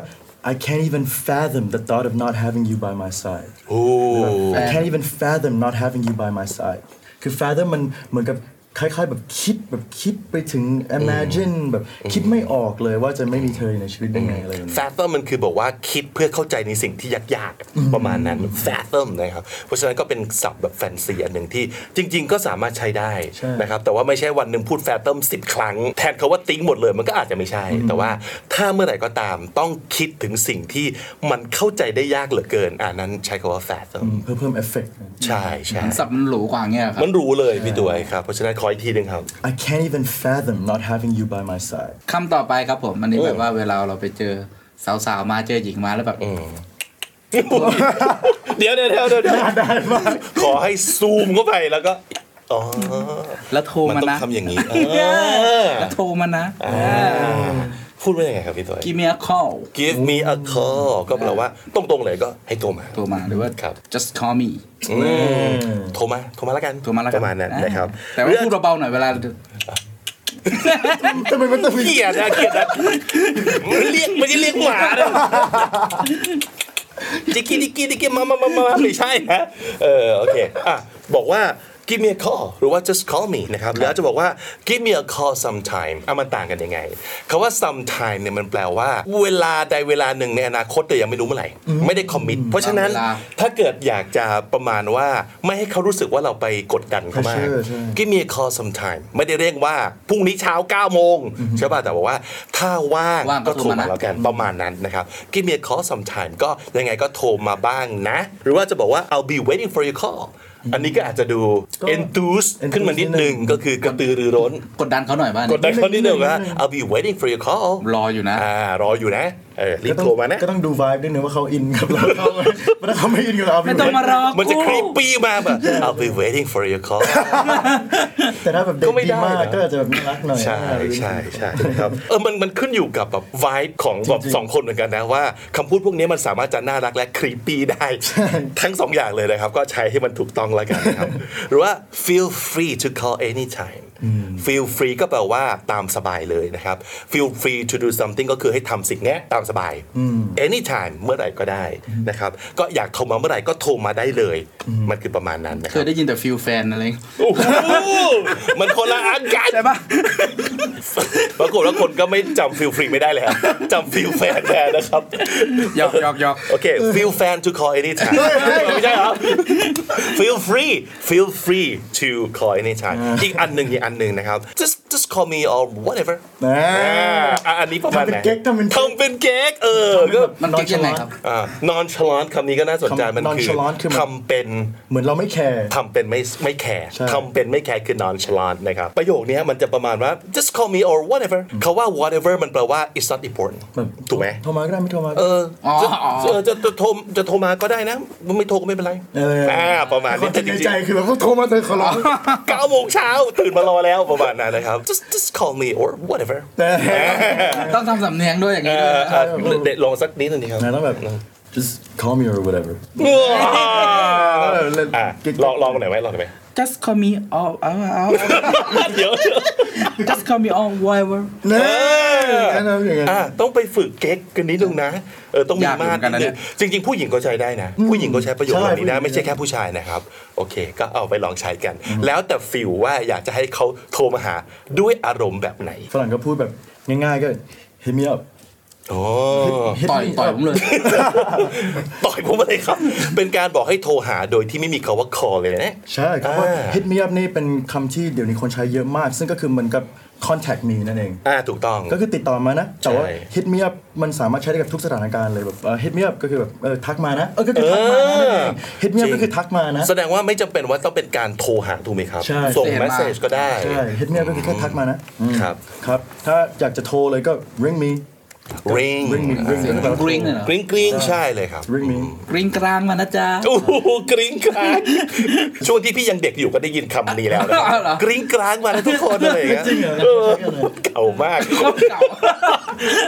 Speaker 3: I can't even fathom the thought of not having you by my side
Speaker 4: โอ้
Speaker 3: I can't even fathom not having you by my side คือ fathom มันเหมือนกับ คล้ายๆ แบบคิดแบบคิดไปถึง imagine แบบคิดไม่ออกเลยว่าจะไม่มีเธออยู่ในชีวิตได้ไงอะไรอย่างเงี้ย
Speaker 4: f a t h o m มันคือบอกว่าคิดเพื่อเข้าใจในสิ่งที่ยากๆ ประมาณนั้น f a t h o m นะครับ เพราะฉะนั้นก็เป็นศัพท์แบบแฟนซีอันหนึ่งที่จริง ๆ ก็สามารถใช้ได้
Speaker 3: ใช่
Speaker 4: นะครับ แต่ว่าไม่ใช่วันหนึ่งพูด f a t h o m 10 ครั้ง แทนคาว่าติ้งหมดเลย มันก็อาจจะไม่ใช่ แต่ว่าถ้าเมื่อไหร่ก็ตามต้องคิดถึงสิ่งที่มันเข้าใจได้ยากเหลือเกินอันนั้นใช้คาว่า f a t h o m
Speaker 3: เพื่อเพิ่มเอฟเฟก
Speaker 4: ใช่ใช่
Speaker 5: สับมันหรูกว่าอย่างเงี้ยเหรอครับ
Speaker 4: มันรู้เลยพี่ตัวครับ เพราะฉะนั้นขออีกทีหนึ่งครับ
Speaker 3: I can't even fathom not having you by my side
Speaker 5: คำต่อไปครับผมอันนี้แบบว่าเวลาเราไปเจอสาวๆมาเจอหญิงมาแล้วแบบ
Speaker 4: เดี๋ยวเดี๋ยวเดี๋ยวเดี๋ยวขอให้ซูมเข้าไปแล้วก็อ๋อ
Speaker 5: แล้วโทร
Speaker 4: มันต้อง
Speaker 5: มานะ
Speaker 4: ทำอย่างนี้เออ
Speaker 5: แล้วโทรมานะ
Speaker 4: พูดว่ายังไงครับพี่ตัว
Speaker 5: give me a call
Speaker 4: Give me a call ก็แปลว่าตรงๆเลยก็ให้โทรมา
Speaker 5: โทรมาหรือว่า
Speaker 4: ครับ
Speaker 5: just call me
Speaker 4: โทรมาโทรมาแล้วกัน
Speaker 5: โทรมาแล้ว
Speaker 4: ประมาณนั้นนะครับ
Speaker 5: แต่ว่า
Speaker 4: เรื่อง
Speaker 5: พูดเบาๆหน่อยเวลา
Speaker 3: ทำไมมันต้องมี
Speaker 4: เกลียดนะเกลียดนะเรียกไม่ได้เรียกหมาเลยจิกกี้จิกกี้จิกกี้มามามามาไม่ใช่นะเออโอเคอ่ะบอกว่า give me a call หรือว่า just call me นะครับแล้วจะบอกว่า give me a call sometime อ่ะมันต่างกันยังไงคำว่า sometime เนี่ยมันแปลว่า เวลาใดเวลาหนึ่งในอนาคตแต่ยังไม่รู้เมื่อไหร่ ไม่ได้ commit เพราะฉะนั้น
Speaker 5: ตามเวลา
Speaker 4: ถ้าเกิดอยากจะประมาณว่าไม่ให้เขารู้สึกว่าเราไปกดดันเขามาก give me a call sometime ไม่ได้เรียกว่าพรุ่งนี้เช้า 9 โมงใช่ป่ะแต่บอกว่า ถ้าว่าง
Speaker 5: ว่างก็
Speaker 4: ก็โทรมา
Speaker 5: โทรมานะ
Speaker 4: แล้วกันประมาณนั้นนะครับ give me a call sometime ก็ยังไงก็โทรมาบ้างนะ หรือว่าจะบอกว่า I'll be waiting for your call อันนี้ก็อาจจะดู enthused ขึ้นมานิดนึงก็คือกระตือรือร้น
Speaker 5: กดดันเขาหน่อยบ้าง
Speaker 4: กดดันเขานิดนึงว่า I'll be waiting for your call
Speaker 5: รออยู่นะ
Speaker 4: อ่ารออยู่นะเออรี
Speaker 3: ก็
Speaker 4: บ
Speaker 3: ต้อ
Speaker 4: โท
Speaker 3: ง
Speaker 4: รมานะ
Speaker 3: ก็ต้องดูไวบ์ด้วยนะว่าเขาอินกับเราเขาไหมถ้าเขาไม่อิน กับเราเอาป
Speaker 5: ไม่ต้องมารอ
Speaker 4: มันจะครีป
Speaker 5: กู
Speaker 4: ปี้มาแบบ I'll be waiting for your call
Speaker 3: แต่ถ้าแบบเด็
Speaker 4: ก็
Speaker 3: ก
Speaker 4: ไม่
Speaker 3: ดี
Speaker 4: ได้
Speaker 3: มาก
Speaker 4: นะ
Speaker 3: ก็อาจจะแบบน่ารักหน่อย
Speaker 4: ใช่ใช่ใช่ครับเออมันมันขึ้นอยู่กับแบบวายของแบบสองคนเหมือนกันนะว่าคำพูดพวกนี้มันสามารถจะน่ารักและครีปปี้ได้ ทั้งสองอย่างเลยนะครับ ก็ใช้ให้มันถูกต้องแล้วกัน นะครับ หรือว่า feel free to call anytime feel free ก็แปลว่าตามสบายเลยนะครับ feel free to do something ก็คือให้ทำสิ่งเนี้ยตามสบาย anytime เมื่อไหร่ก็ได้นะครับ ก็อยากโทรมาเมื่อไหร่ก็โทรมาได้เลย มันคือประมาณนั้นนะค
Speaker 5: เค
Speaker 4: รั
Speaker 5: ย
Speaker 4: บ
Speaker 5: ได้ยินแต่ฟิลแฟนอะไรอย่างเงี้ย
Speaker 4: โอ้โหมันคนละอันกัน
Speaker 5: ใช่ปะ
Speaker 4: ปรากฏว่าคนก็ไม่จำฟิลฟรีไม่ได้แล้วจำฟิลแฟนแทนนะครับ
Speaker 5: หยอกหยอกหยอก
Speaker 4: โอเคฟิลแฟน to call anytime ไม่ใช่เหรอ feel free feel free to call anytime อีกอันหนึ่งอีกอันหนึ่งนะครับ just just call me or whatever
Speaker 3: นะ
Speaker 4: อ่าอ่ะอันนี้ประมาณไหน
Speaker 3: ทำเป็นเก๊กทำเป็นเก๊ก
Speaker 4: ทำเป็นเก๊กเออก็
Speaker 5: มันเก๊กยังไงครับ
Speaker 4: นอนชลอนคำนี้ก็น่าสนใจ
Speaker 3: คำ
Speaker 4: มันคือ
Speaker 3: nonchalant คือมัน
Speaker 4: ทำเป็น
Speaker 3: เหมือนเราไม่แคร์
Speaker 4: ทำเป็นไม่ไม่แคร์
Speaker 3: ใช่
Speaker 4: ทำเป็นไม่แคร์คือนอนชลานนะครับ ประโยคเนี้ยมันจะประมาณว่า just call me or whatever คาว่า whatever มันแปลว่า it's not important ถูกไหม
Speaker 3: โทรมาก็ได้ไม่โทรมาก็
Speaker 4: เอออ
Speaker 5: อ
Speaker 3: ได้
Speaker 4: จะ
Speaker 5: อ๋อ
Speaker 4: เออจะจะโทรจะโทรมาก็ได้นะ ไม่โทรก็ไม่เป็นไร
Speaker 3: เอออ่
Speaker 4: าประมาณ
Speaker 3: ควา
Speaker 4: นี้
Speaker 3: มจ
Speaker 4: แต่
Speaker 3: ริง
Speaker 4: จ
Speaker 3: ใน
Speaker 4: ริ
Speaker 3: ใจ
Speaker 4: ง
Speaker 3: คือแบบเขาโทรมาเธอขอร้อง
Speaker 4: ๆเก้าโมงเช้าตื่นมารอแล้วประมาณนั้นนะครับ just just call me or whatever
Speaker 5: ต้องทำสำเนียงด้วยอย่างนี้
Speaker 4: เอ
Speaker 5: ด้วย
Speaker 4: อ
Speaker 5: นะ
Speaker 4: อ่ะเดี๋ยวลองสักนิดหนึงดีครับ
Speaker 3: นะต้องแบบ just call me or whatever
Speaker 4: อ่ะลองลองหน่อยไหมลองหน่อยไหม
Speaker 5: just call me all เอาเอา
Speaker 4: เดี๋ยว
Speaker 5: just call me all whatever
Speaker 3: นะ
Speaker 4: อ
Speaker 3: อย่างนั้นอย่างนั้น
Speaker 4: อ่ะต้องไปฝึกเก๊กกันนิดนึงนะเออต้องมี
Speaker 5: ยากอยู่
Speaker 4: มา
Speaker 5: เห
Speaker 4: ด
Speaker 5: มือนกันนะ
Speaker 4: นิด
Speaker 5: เนี่
Speaker 4: นึ
Speaker 5: ย
Speaker 4: งจริง ๆ ผู้หญิงก็ใช้ได้นะ ผู้หญิงก็ใช้ประโยคเหล่านี้ได้ไม่ใช่แค่ผู้ชายนะครับ โอเค ก็เอาไปลองใช้กัน แล้วแต่ฟิลว่าอยากจะให้เขาโทรมาหาด้วยอารมณ์แบบไหน
Speaker 3: ฝรั่งก็พูดแบบง่ายๆก็ hit me up
Speaker 4: โอ้
Speaker 3: hit
Speaker 5: ต่อย
Speaker 3: me
Speaker 5: ต่อย
Speaker 3: up
Speaker 5: ผมเลย
Speaker 4: ต่อยผมมาเลยครับ เป็นการบอกให้โทรหาโดยที่ไม่มีคาว่า call เลยนะ
Speaker 3: ใช่ครับว่า
Speaker 4: อ่า
Speaker 3: hit me up นี่เป็นคำที่เดี๋ยวนี้คนใช้เยอะมาก ซึ่งก็คือเหมือนกับ contact me นั่นเอง
Speaker 4: อ่าถูกต้อง
Speaker 3: ก็คือติดต่อมานะ แต่ว่า
Speaker 4: ใช่
Speaker 3: hit me up มันสามารถใช้ได้กับทุกสถานการณ์เลยแบบเอ่อ hit me up ก็คือแบบเออทักมานะเออก็คือทักมานะนั่นเอง hit me up
Speaker 4: จริง
Speaker 3: ก็คือทักมานะ
Speaker 4: แสดงว่าไม่จำเป็นว่าต้องเป็นการโทรหาถูกไหมครับ
Speaker 3: ใช่
Speaker 4: ส่ง
Speaker 5: เสีย
Speaker 4: เม
Speaker 5: มา
Speaker 4: สเซจก็ได้
Speaker 3: ใช่ hit me up ก็คือแค่ทักมานะอืม
Speaker 4: ครับ
Speaker 3: ครับ ถ้าอยากจะโทรเลยก็ ring me
Speaker 4: ring
Speaker 3: ring me ring
Speaker 5: เสียง
Speaker 3: me
Speaker 5: กริ๊ง เลยเหรอก
Speaker 4: ริ๊งกริ๊งใช่เลยครับ
Speaker 3: ring me
Speaker 5: กริ๊งกลางมานะจ๊ะ
Speaker 4: โอ้โหกริ้งกลาง ช่วงที่พี่ยังเด็กอยู่ก็ได้ยินคำนี้แล้วนะ
Speaker 5: อ้าวเหรอ
Speaker 4: กริ้งกลางมาแล้วทุกคนอะไรอย่างเงี้ย
Speaker 3: จริงเหรอ
Speaker 4: เออเก่ามาก
Speaker 5: เก่า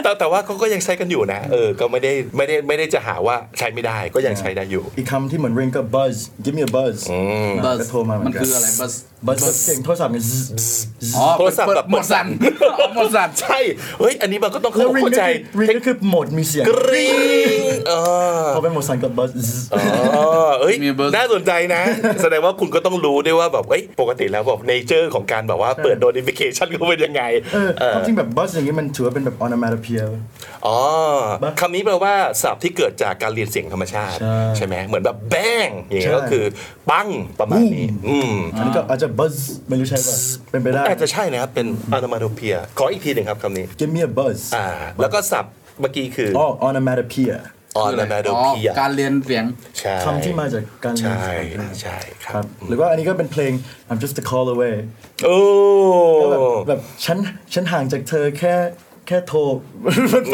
Speaker 4: แต่แต่ว่าเขาก็ยังใช้กันอยู่นะ เออ ก็ไม่ได้ไม่ได้ไม่ได้จะหาว่าใช้ไม่ได้ก็ยังใช้ได้อยู่
Speaker 3: อีกคำที่เหมือน ring ก็ buzz give me a buzz อ่ะ
Speaker 5: buzz
Speaker 3: ก็โทรมาเหมื
Speaker 5: มั
Speaker 3: อน นกัน
Speaker 5: คืออะไร buzz
Speaker 3: buzz เสียงโทรศัพท์เนี่ย zzz zzz zzz
Speaker 5: อ๋อ
Speaker 4: โทรศัพท์
Speaker 5: เปิด
Speaker 4: แบบ
Speaker 5: หมดสั่นอ๋อหมดสั่น
Speaker 4: ใช่ เฮ้ย อันนี้มันก็ต้อง
Speaker 3: แล้ว
Speaker 4: เข้า
Speaker 3: ring ก็
Speaker 4: ใจ
Speaker 3: คือ ring ก็คือโหมดมีเสียง
Speaker 4: กริ้ง เออ
Speaker 3: พอเป็นหมวดสันกับบัส
Speaker 4: อ๋อเอ้ย
Speaker 5: มีเบอร์
Speaker 4: น่าสนใจนะ แสดงว่าคุณก็ต้องรู้ด้วยว่าแบบเอ้ยปกติแล้วแบบเนเจอร์ของการแบบว่าเปิดโดนิฟิเคชันเขาเป็นยังไง
Speaker 3: เออ
Speaker 4: เออ
Speaker 3: ความจริงแบบบัสอย่างนี้มันถือว่าเป็นแบบออนามาตเพีย
Speaker 4: อ๋อคำนี้แปลว่าศัพท์ที่เกิดจากการเรียนเสียงธรรมชาติ
Speaker 3: ใช่
Speaker 4: ใช่ไหมเหมือนแบบแบงอย่างเงี้ย
Speaker 3: ใช่
Speaker 4: ก็คือปั้งประมาณนี้ อืม
Speaker 3: อันนี้ก็อาจจะบัสไม่รู้ใช่ป่ะเป็นไปได้
Speaker 4: อาจจะใช่นะครับเป็นอนามาโดเพียขออีกทีหนึ่งครับคำนี้
Speaker 3: give me a buzz
Speaker 4: อ่า แล้วก็ศัพท์เมื่อกี้คือ
Speaker 3: อ๋อ onomatopoeia
Speaker 4: อนามาโดเพีย
Speaker 5: การเรียนเสียง
Speaker 4: ใช่
Speaker 3: คำที่มาจากการ
Speaker 4: ใช่
Speaker 3: เรียน
Speaker 4: ใช่ค
Speaker 3: ค
Speaker 4: รั
Speaker 3: รับ บหรือว่าอันนี้ก็เป็นเพลง I'm just a call away
Speaker 4: โอ้
Speaker 3: ก็แบบแบบฉันฉันห่างจากเธอแค่แค่โทร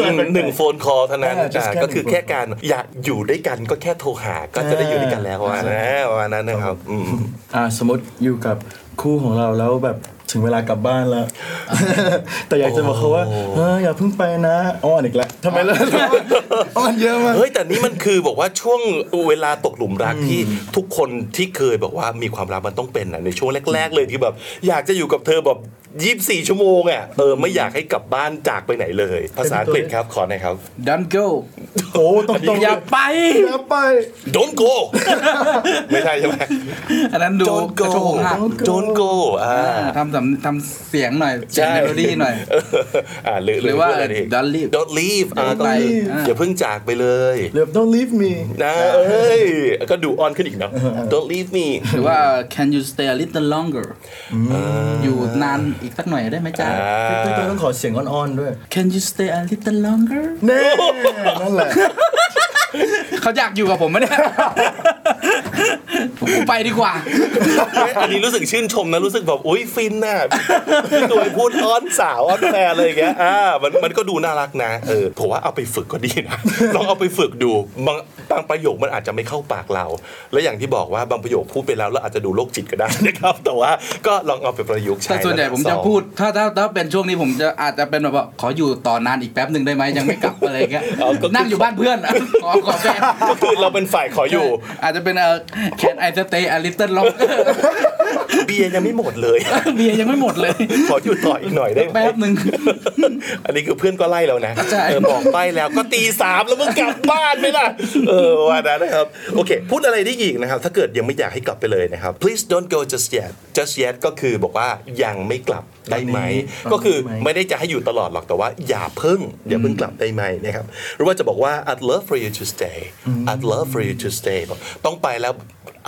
Speaker 4: หนึ่งหนึ่งโฟนคอลเท่านั้น
Speaker 3: อ่า just
Speaker 4: อ่า
Speaker 3: get
Speaker 4: ก็คือ
Speaker 3: หนึ่ง
Speaker 4: แค่
Speaker 3: phone call
Speaker 4: การอยากอยู่ด้วยกันก็แค่โทรหา ก็จะได้อยู่ด้วยกันแล้วอ่ะนะประมาณนั้นนะครับอืม
Speaker 3: อ่าสมมติอยู่กับคู่ของเราแล้วแบบถึงเวลากลับบ้านแล้ว แต่อยากจะบอกเขาว่าเอออย่าเพิ่งไปนะอ้อนอีกแล้วทำไมล่ะ อ้อนเยอะมาก
Speaker 4: เฮ้ยแต่นี่มันคือบอกว่าช่วงเวลาตกหลุมรักที่ทุกคนที่เคยบอกว่ามีความรักมันต้องเป็นอ่ะในช่วงแรก ๆ เลยที่แบบ อยากจะอยู่กับเธอแบบ24 ชั่วโมงอ่ะเออไม่อยากให้กลับบ้านจากไปไหนเลย ภาษาอังกฤษครับขอหน่อยครับ
Speaker 5: don't go
Speaker 3: โอ้ตรงตรง
Speaker 5: อย่าไป
Speaker 3: อย่าไป
Speaker 4: don't go ไม่ใช่ใช่ไหม
Speaker 5: อันนั้นดู
Speaker 4: don't
Speaker 5: ก
Speaker 4: go
Speaker 5: ระโชกหัก
Speaker 4: don't go อ่า
Speaker 5: อ่าทำสำทำเสียงหน่อยเสียง
Speaker 4: ใช่
Speaker 5: เมโลดี้หน่อย
Speaker 4: เอ่าหรือ
Speaker 5: หรือว่า
Speaker 4: พูดะไก
Speaker 5: don't leave
Speaker 4: don't leave อ่า
Speaker 5: ไป
Speaker 4: อย่าเพิ่งจากไปเลย
Speaker 3: เดี๋ยว don't leave me
Speaker 4: นะเอ้ย ก็ดูออนขึ้นอีกเนาะ don't leave me
Speaker 5: หรือว่า can you stay a little longer อยู่นานอีกสักหน่อยได้ไหมจ๊ะ
Speaker 4: อ่า
Speaker 3: ต้องขอเสียงอ่อนๆ ด้วย
Speaker 5: can you stay a little longer
Speaker 3: เน่นั่นแหละ
Speaker 5: เขาอยากอยู่กับผมไหมเนี่ย ผมไปดีกว่า
Speaker 4: อันนี้รู้สึกชื่นชมนะ รู้สึกแบบ อุ้ยฟินน่ะพี่ตัวพูดอ้อนสาวอ้อนแฟนอะไรอย่างเงี้ยอ่ามันมันก็ดูน่ารักนะเออผมว่าเอาไปฝึกก็ดีนะ ลองเอาไปฝึกดูบางบางประโยคมันอาจจะไม่เข้าปากเรา และอย่างที่บอกว่าบางประโยคพูดไปแล้วเราอาจจะดูโรคจิตก็ได้นะครับ แต่ว่าก็ลองเอาไปประยุกต์ใช้
Speaker 5: แต่ส่วนใหญ่ผมจะ
Speaker 4: ลอง
Speaker 5: พูด ถ้าถ้าถ้าเป็นช่วงนี้ผมจะอาจจะเป็นแบบว่าขออยู่ต่อนานอีกแป๊บหนึ่งได้ไหมยังไม่กลับอะไรอย่างเงี้ย
Speaker 4: เอาก็คือ
Speaker 5: นั่งอยู่บ้านเพื่อน ขอขอแฟน
Speaker 4: ก็คือเราเป็นฝ่ายขออยู่
Speaker 5: อาจจะเป็นเออ can I stay a little longer
Speaker 4: เบียร์ยังไม่หมดเลย
Speaker 5: เบียร์ยังไม่หมดเลย
Speaker 4: ขอหยุดต่ออีกหน่อยได้ไหม
Speaker 5: แป๊บหนึ่ง
Speaker 4: อันนี้คือเพื่อนก็ไล่แล้วนะ
Speaker 5: ใช่
Speaker 4: เออบอกไปแล้วก็ตีสามแล้วมึงกลับบ้านไหมล่ะ เออว่านั้นนะครับ โอเค พูดอะไรได้อีกนะครับ ถ้าเกิดยังไม่อยากให้กลับไปเลยนะครับ please don't go just yet just yet ก็คือบอกว่ายังไม่กลับได้ไหม
Speaker 3: ตอนนี้
Speaker 4: ก็คือ
Speaker 3: ได้ไหม
Speaker 4: ไม่ได้จะให้อยู่ตลอดหรอกแต่ว่า อย่าเพิ่ง อย่าเพิ่งกลับได้ไหมนะครับ หรือว่าจะบอกว่า I'd love for you to stay I'd love for you to stay บอกต้องไปแล้ว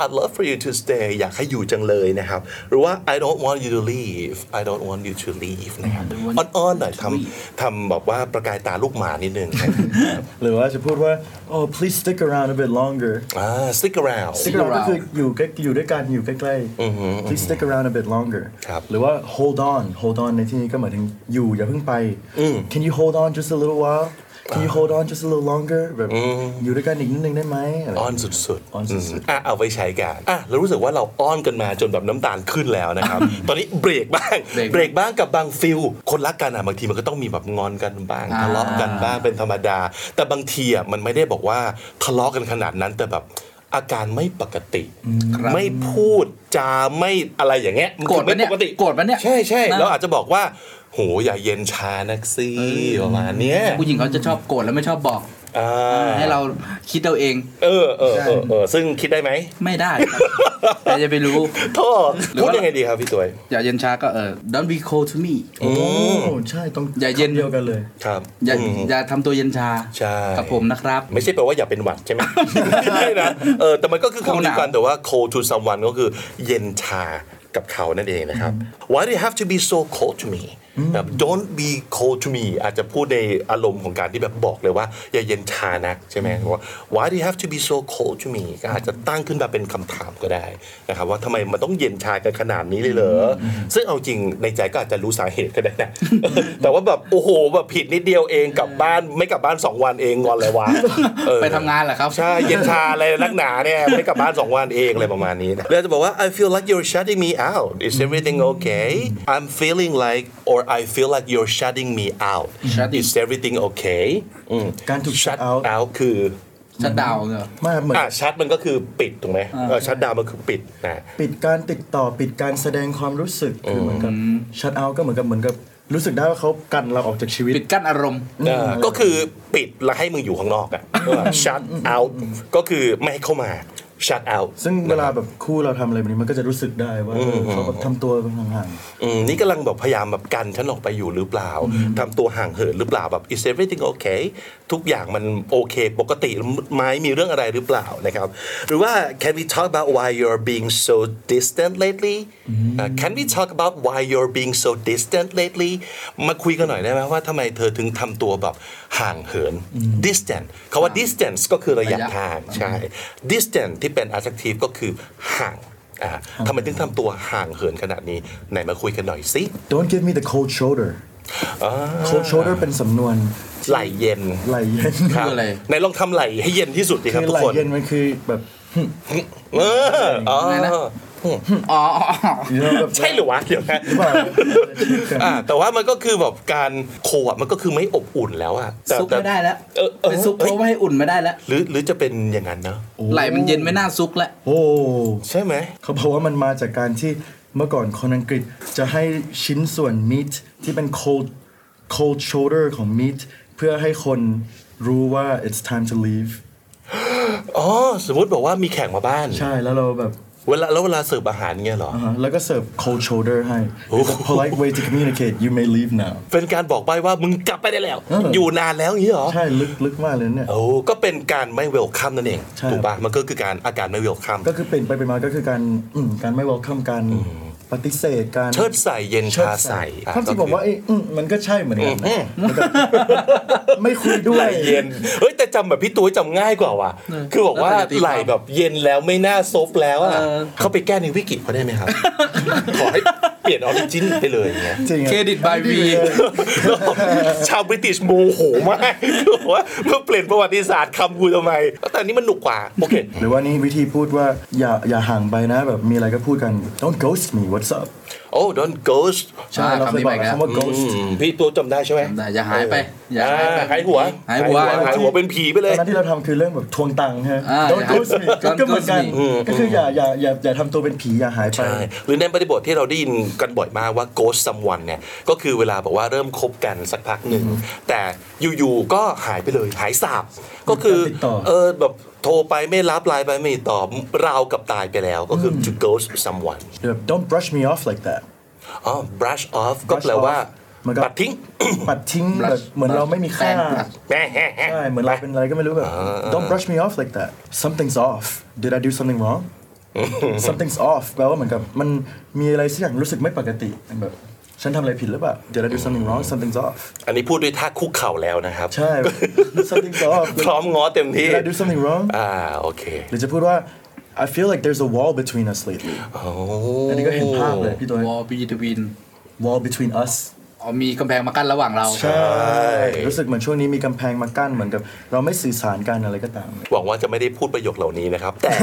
Speaker 4: I'd love for you to stay อยากให้อยู่จังเลยนะครับ หรือว่า I don't want you to leave I don't want you to leave นะครับอ้อนๆหน่อยทำทำแบบว่าประกายตาลูกหมานิดนึง นะครับ
Speaker 3: หรือว่าจะพูดว่า oh please stick around a bit longer
Speaker 4: อ่า stick around
Speaker 3: stick around ก็คืออยู่ใกล้อยู่ด้วยกันอยู่ใกล้ๆ please stick around a bit longer
Speaker 4: ครับ
Speaker 3: หรือว่า hold on hold on ในที่นี้ก็หมายถึงอยู่อย่าเพิ่งไป can you hold on just a little while can you hold on just a little longer แบบอยู่ด้วยกันอีกนิดนึงได้ไหมอะไร
Speaker 4: อ้อนสุดๆ
Speaker 3: อ้อนสุด
Speaker 4: ม
Speaker 3: ๆ
Speaker 4: อ่ะเอาไว้ใช้กันอ่ะเรารู้สึกว่าเราอ้อนกันมาจนแบบน้ำตาลขึ้นแล้วนะครับ ตอนนี้เบรกบ้าง
Speaker 5: เบรก
Speaker 4: เบรกบ้างกับบางฟิล คนรักกันอ่ะบางทีมันก็ต้องมีแบบงอนกันบ้าง
Speaker 5: อ่า
Speaker 4: ทะเลาะกันบ้างเป็นธรรมดา แต่บางทีอ่ะมันไม่ได้บอกว่าทะเลาะกันขนาดนั้นแต่แบบอาการไม่ปกติ ไม่พูดจาไม่อะไรอย่างเงี้ยมัน
Speaker 5: โกรธ
Speaker 4: ไม่
Speaker 5: ปะเนี่ย
Speaker 4: ปกติ
Speaker 5: โกรธปะเนี่ย
Speaker 4: ใช่ใช่
Speaker 5: นะ
Speaker 4: เราอาจจะบอกว่าโหอย่าเย็นชานักซี่ประมาณเนี้ย
Speaker 5: ผู้หญิงเขาจะชอบโกรธแล้วไม่ชอบบอก
Speaker 4: อ่า
Speaker 5: ให้เราคิดเอาเอง
Speaker 4: เออเออเออเออซึ่งคิดได้ไหม
Speaker 5: ไม่ได้ครับใครจะไปรู้
Speaker 4: โทษ
Speaker 5: หรือ
Speaker 4: พูด
Speaker 5: ว่า
Speaker 4: ยังไงดีครับพี่ตัวย
Speaker 5: อย่าเย็นช้าก็เออ don't be cold to me
Speaker 3: โอ้ใช่ต้อง
Speaker 5: อย่าเย็น
Speaker 3: คำเดียวกันเลย
Speaker 4: ครับ
Speaker 5: อย่า
Speaker 4: อืม
Speaker 5: อย่าทำตัวเย็นชา
Speaker 4: ใช่
Speaker 5: กับผมนะครับ
Speaker 4: ไม่ใช่แปลว่าอย่าเป็นหวัดใช่ไหม ไม่ใช่นะเออแต่มันก็คือ
Speaker 5: เขา
Speaker 4: คำ
Speaker 5: ห
Speaker 4: เดี
Speaker 5: นา
Speaker 4: ยว วกันแต่ว่า cold to someone ก็คือเย็นชากับเขานั่นเองนะครับ why do you have to be so cold to me แบบ don't be cold to me อาจจะพูดในอารมณ์ของการที่แบบบอกเลยว่า อย่าเย็นชานะใช่ไหมว่า why do you have to be so cold to me ก็อาจจะตั้งขึ้นมาเป็นคำถามก็ได้นะครับว่าทำไมมันต้องเย็นชากันขนาดนี้เลยเหรออซึ่งเอาจริงในใจก็อาจจะรู้สาเหตุก็ได้นะ แต่ว่าแบบโอ้โหแบบผิดนิดเดียวเองกลับบ้านไม่กลับบ้านสองวันเองงอนเลยวะเออ
Speaker 5: ไปทำงานเหรอครับ
Speaker 4: ใช่ เย็นชาอะไรนักหนาเนี่ยไม่กลับบ้าน 2 วันเองอะไรประมาณนี้นะเราจะบอกว่า I feel like you're shutting me out is everything okay I'm feeling like or I feel like you're shutting me out
Speaker 5: Shutting
Speaker 4: is everything okay อืม
Speaker 3: การถูก shut
Speaker 4: shut
Speaker 3: out
Speaker 4: out คือ
Speaker 5: ชัดดาวน์เหรอ
Speaker 3: ไมาเหมือน
Speaker 4: อ่ะชัดมันก็คือปิดถูกไหมเออชัดดาวมันคือปิดนะ
Speaker 3: ปิดการติดต่อปิดการแสดงความรู้สึกคือเหมือนกับ shut out ก็เหมือนกับเหมือนกับ รู้สึกได้ว่าเขากันเราออกจากชีวิต
Speaker 5: ปิดกั้นอารมณ์
Speaker 4: เออก็คือปิดแล้วให้มึงอยู่ข้างนอกอ่ะ shut out ก็คือไม่ให้เข้ามา shut out
Speaker 3: ซึ่งเวลาแบบคู่เราทำอะไรแบบนี้มันก็จะรู้สึกได้ว่าเออเขาแบบทำตัวเป็นห่าง
Speaker 4: อืมนี่กำลังแบบพยายามแบบกันฉันออกไปอยู่หรือเปล่าทำตัวห่างเหินหรือเปล่าแบบ is everything okay ทุกอย่างมันโอเค ปกติไหมมีเรื่องอะไรหรือเปล่านะครับ หรือว่า can we talk about why you're being so distant lately อ่า can we talk about why you're being so distant lately มาคุยกันหน่อยได้ไหมว่าทำไมเธอถึงทำตัวแบบห่างเหิน distant คาว่า distance ก็คือระยะ
Speaker 5: ระยะ
Speaker 4: ทางใช่ distant ที่เป็น adjective ก็คือห่าง อ่าทำไมถึงทำตัวห่างเหินขนาดนี้ ไหนมาคุยกันหน่อยสิ
Speaker 3: ๆ Don't give me the cold shoulder
Speaker 4: อ่า
Speaker 3: cold shoulder เป็นสำนวน
Speaker 4: ไหลเย็น
Speaker 3: ไหลเย็น
Speaker 4: ครับ
Speaker 5: คืออะไร
Speaker 4: ไหนลองทำไหลให้เย็นที่สุดดิครับ
Speaker 3: คือ
Speaker 4: ทุ
Speaker 3: ไหล
Speaker 4: กคน
Speaker 3: เย็นมันคือแบบ
Speaker 4: เอออ๋อ
Speaker 5: ไหนนะ อ๋อ
Speaker 3: you know แบบ
Speaker 4: ใช่เหรือวะเดี๋ยวนะ
Speaker 3: หรือเปล่า
Speaker 4: อ่าแต่ว่ามันก็คือแบบการโคอ่ะมันก็คือไม่อบอุ่นแล้วอ่ะแต่
Speaker 5: ซุป
Speaker 4: แต่
Speaker 5: ไม่ได้แล้ว
Speaker 4: เออเออ
Speaker 5: ไปซุปเพ
Speaker 4: เฮ้ย
Speaker 5: ราะว่าให้อุ่นไม่ได้แล้ว
Speaker 4: หรือหรือจะเป็นอย่างนั้นเนอะ
Speaker 5: ไหลมันเย็นไม่น่าซุกแล้ว
Speaker 3: โอ้
Speaker 4: ใช่ไหม
Speaker 3: เขาบอกว่ามันมาจากการที่เมื่อก่อนคนอังกฤษจะให้ชิ้นส่วน meat ที่เป็น cold cold shoulder ของ meat เพื่อให้คนรู้ว่า it's time to leave
Speaker 4: อ๋อ สมมติบอกว่ามีแขกมาบ้าน
Speaker 3: ใช่แล้วเราแบบ
Speaker 4: เวลาแล้วเวลาเสิร์ฟอาหารเงี้ยเหรอ
Speaker 3: อ่าฮะแล้วก็เสิร์ฟ cold shoulder ให้ It's a polite way to communicate you may leave now
Speaker 4: เป็นการบอกไปว่ามึงกลับไปได้แล้ว
Speaker 3: เออ
Speaker 4: อ
Speaker 3: อ
Speaker 4: ยู่นานแล้วอย่างงี้เหรอ
Speaker 3: ใช่ ลึกลึกมากเลยเนี่ย
Speaker 4: โอ้ก็เป็นการไม่เวลคัมนั่นเอง
Speaker 3: ใช่
Speaker 4: ถูกป่ะ มันก็คือการอาการไม่เวลคัม
Speaker 3: ก็คือเปลี่ยนไปเป็นมาก็คือการอืมการไม่ welcome การปฏิเสธการ
Speaker 4: เชิดใส่เย็น
Speaker 3: เชิด
Speaker 4: ชาใส่อ่ะ
Speaker 3: ความจริงผมว่า
Speaker 4: ก็
Speaker 3: ไอ้อืมมันก็ใช่เหมือนกันนะมันก็ไม่คุยด้
Speaker 4: คือ
Speaker 3: ว ย
Speaker 4: ไหลเย็น เฮ้ย แต่จำแบบพี่ตุ้ยจำง่ายกว่าว่ะ คือบอกว่า
Speaker 5: แล้วแต่จะตีความ
Speaker 4: ไหลแบบเย็นแล้วไม่น่าซบแล้วอ่ะ
Speaker 5: เออ
Speaker 4: เขาไปแก้ในวิกิเขาได้ไหมครับ ขอให้เปลี่ยนออริจินไปเลยอย่างเงี้ย
Speaker 3: จริงอะ
Speaker 5: Credit by V
Speaker 4: ชาวบริติชโมโหมากบอกว่ามาเปลี่ยนประวัติศาสตร์คำกูทำไม แต่อันนี้มันหนุกกว่า โอเค
Speaker 3: หรือว่านี่วิธีพูดว่าอย่าอย่าห่างไปนะแบบมีอะไรก็พูดกัน don't ghost me what's up
Speaker 4: โอ้ don't ghost
Speaker 5: ใช่
Speaker 3: เรา
Speaker 5: คำ
Speaker 3: เคย
Speaker 5: นี้
Speaker 3: บ
Speaker 5: ไป
Speaker 3: อก
Speaker 5: แล้ว
Speaker 3: คำว่า ghost
Speaker 4: อืมพี่ตัวจำได้ใช่ไหม
Speaker 5: จำได้อย่าหายไปอย่าหายไป
Speaker 4: หายหัว
Speaker 5: หายหัว
Speaker 4: หายหัวเป็นผีไปเล
Speaker 3: ตอย นนั้นที่เราทำคือเรื่องแบบทวงตังค์ฮะ
Speaker 5: อ่า
Speaker 3: don't ghost me
Speaker 5: Don't
Speaker 3: ก็เหมือนกัน
Speaker 5: ghost me
Speaker 3: ก็คืออย่าอย่าอย่าอย่าทำตัวเป็นผีอย่าหายไป
Speaker 4: ใช่หรือในบริบทที่เราได้ยินกันบ่อยมากว่า ghost someone เนี่ย ก็คือเวลาบอกว่าเริ่มคบกันสักพักหนึ่ง แต่อยู่ๆก็หายไปเลย หายสาบ ก็คือ
Speaker 3: ติดต่อ
Speaker 4: เออแบบโทรไปไม่รับไลน์ไปไม่ตอบราวกับตายไปแล้ว ก็คือ to ghost someone
Speaker 3: หรือแบบ don't brush me off like that
Speaker 4: อ๋อ brush off ก็แปลว่า
Speaker 3: เหมือนกับ
Speaker 4: ปัดทิ้ง
Speaker 3: ปัดทิ้งแบบเหมือนเราไม่มี
Speaker 5: แปล
Speaker 3: ค่า
Speaker 5: งปัด
Speaker 3: ใช่ เหมือนเราเป็นอะไรก็ไม่รู้แบบ don't brush me off like that something's off did I do something wrong something's off แปลว่าเหมือนกับมันมีอะไรสักอย่างรู้สึกไม่ปกติแบบฉันทำอะไรผิดหรือเปล่า did I do something wrong something's off
Speaker 4: อันนี้พูดด้วยท่าคุกเข่าแล้วนะครับ
Speaker 3: ใช่ something's off
Speaker 4: พ ร้อมง้อเต็มที่
Speaker 3: did I do something wrong
Speaker 4: อ่าโอเค
Speaker 3: หรือจะพูดว่า I feel like there's a wall between us lately
Speaker 4: โอ้
Speaker 3: อันนี้ก็เห็นภาพเลยพี่ตัว
Speaker 5: วอลปีทวิน
Speaker 3: wall between us
Speaker 5: อ๋อมีกำแพงมากั้นระหว่างเรา
Speaker 3: ใช่ รู้สึกเหมือนช่วงนี้มีกำแพงมากั้นเหมือนกับเราไม่สื่อสารกันอะไรก็ตาม
Speaker 4: หวังว่าจะไม่ได้พูดประโยคเหล่านี้นะครับ แต่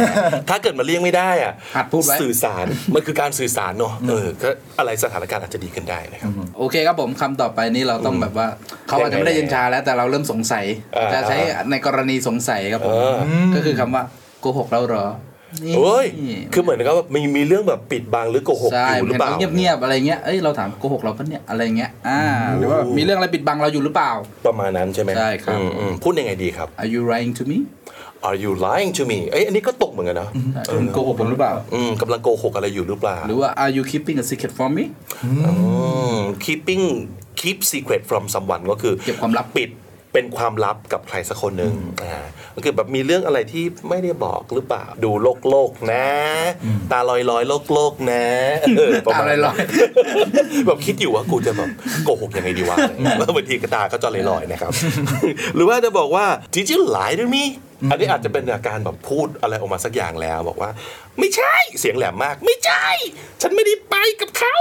Speaker 4: ถ้าเกิดมันเลี่ยงไม่ได้อะ
Speaker 5: หัดพูดไว้
Speaker 4: สื่อสาร มันคือการสื่อสารเนาะเออก็อะไรสถานการณ์อาจจะดีขึ้นได้นะครับ
Speaker 5: โอเคครับผมคำต่อไปนี้เราต้องแบบว่า เขาอาจจะไม่ได้เย็นชาแล้วแต่เราเริ่มสงสัย
Speaker 4: อ่า
Speaker 5: จะใช้ในกรณีสงสัยครับผมก็คือคำว่าโกหกเราเหรอนี่
Speaker 4: โอ้ยคือเหมือนกับว่ามีมีเรื่องแบบปิดบังหรือโกหก
Speaker 5: ใช่
Speaker 4: อยู่
Speaker 5: เห
Speaker 4: ห
Speaker 5: มื
Speaker 4: รือ อน เปล่า
Speaker 5: เงียบเงียบๆอะไรเงี้ยเอ้ยเราถามโกหกเราปะเนี่ยอะไรเงี้ยอ่าหรือว่ามีเรื่องอะไรปิดบังเราอยู่หรือเปล่า
Speaker 4: ประมาณนั้นใช่ไหม
Speaker 5: ใช่ครับ
Speaker 4: อืมอืมพูดยังไงดีครับ
Speaker 5: Are you lying to me
Speaker 4: Are you lying to me เอ้ยอันนี้ก็ตกเหมือนกันนะ
Speaker 5: คุณโกหกผมหรือเปล่า
Speaker 4: อืมกำลังโกหกอะไรอยู่หรือเปล่า
Speaker 5: หรือว่า Are you keeping a secret from me
Speaker 4: อืม keeping keep secret from someone ก็คือ
Speaker 5: เก็บความลับ
Speaker 4: ปิดเป็นความลับกับใครสักคนหนึ่งอ่าก็คือแบบมีเรื่องอะไรที่ไม่ได้บอกหรือเปล่า ดูโลกโลกนะ ตาลอยลอยๆโลกโลกนะเประ มณ
Speaker 5: ตาลอยลอย
Speaker 4: แบบคิดอยู่ว่ากูจะแบบโกหกยังไงดีวะ ว่าบางทีกระตาก็จะลอยลอยๆนะครับ หรือว่าจะบอกว่า did you lie to me อันนี้อาจจะเป็นอาการแบบพูดอะไรออกมาสักอย่างแล้ว บอกว่า ไม่ใช่เสียงแหลมมาก ไม่ใช่ ฉันไม่ได้ไปกับเขา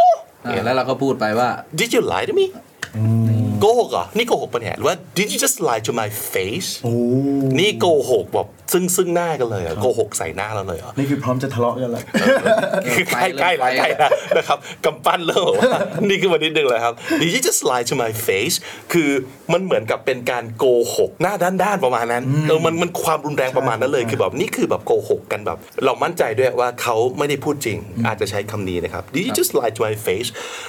Speaker 5: อ่าแล้วเราก็พูดไปว่า
Speaker 4: Did you lie to me โกหกเหรอ นี่โกหกปะเนี่ยหรือว่า Did you just lie to my face นี่โกหกแบบ ซึ่งซึ่งหน้ากันเลยเหรอโกหกใส่หน้าเราเลยเหรอ
Speaker 3: นี่คือพร้อมจะทะเลาะกันแล้ว
Speaker 4: ใกล้ใกล้ๆละใกล้ละ นะครับกำปั้นเริ่มบอกว่า นี่คือวันนิดนึงเลยครับ Did you just lie to my face คือมันเหมือนกับเป็นการโกหก หน้าด้านด้านๆประมาณนั้นเออมันมันความรุนแรงประมาณนั้นเลย คือแบบนี่คือแบบโกหกกันแบบ เรามั่นใจด้วยว่าเขาไม่ได้พูดจริง อาจจะใช้คำนี้นะครับ Did you just lie to my face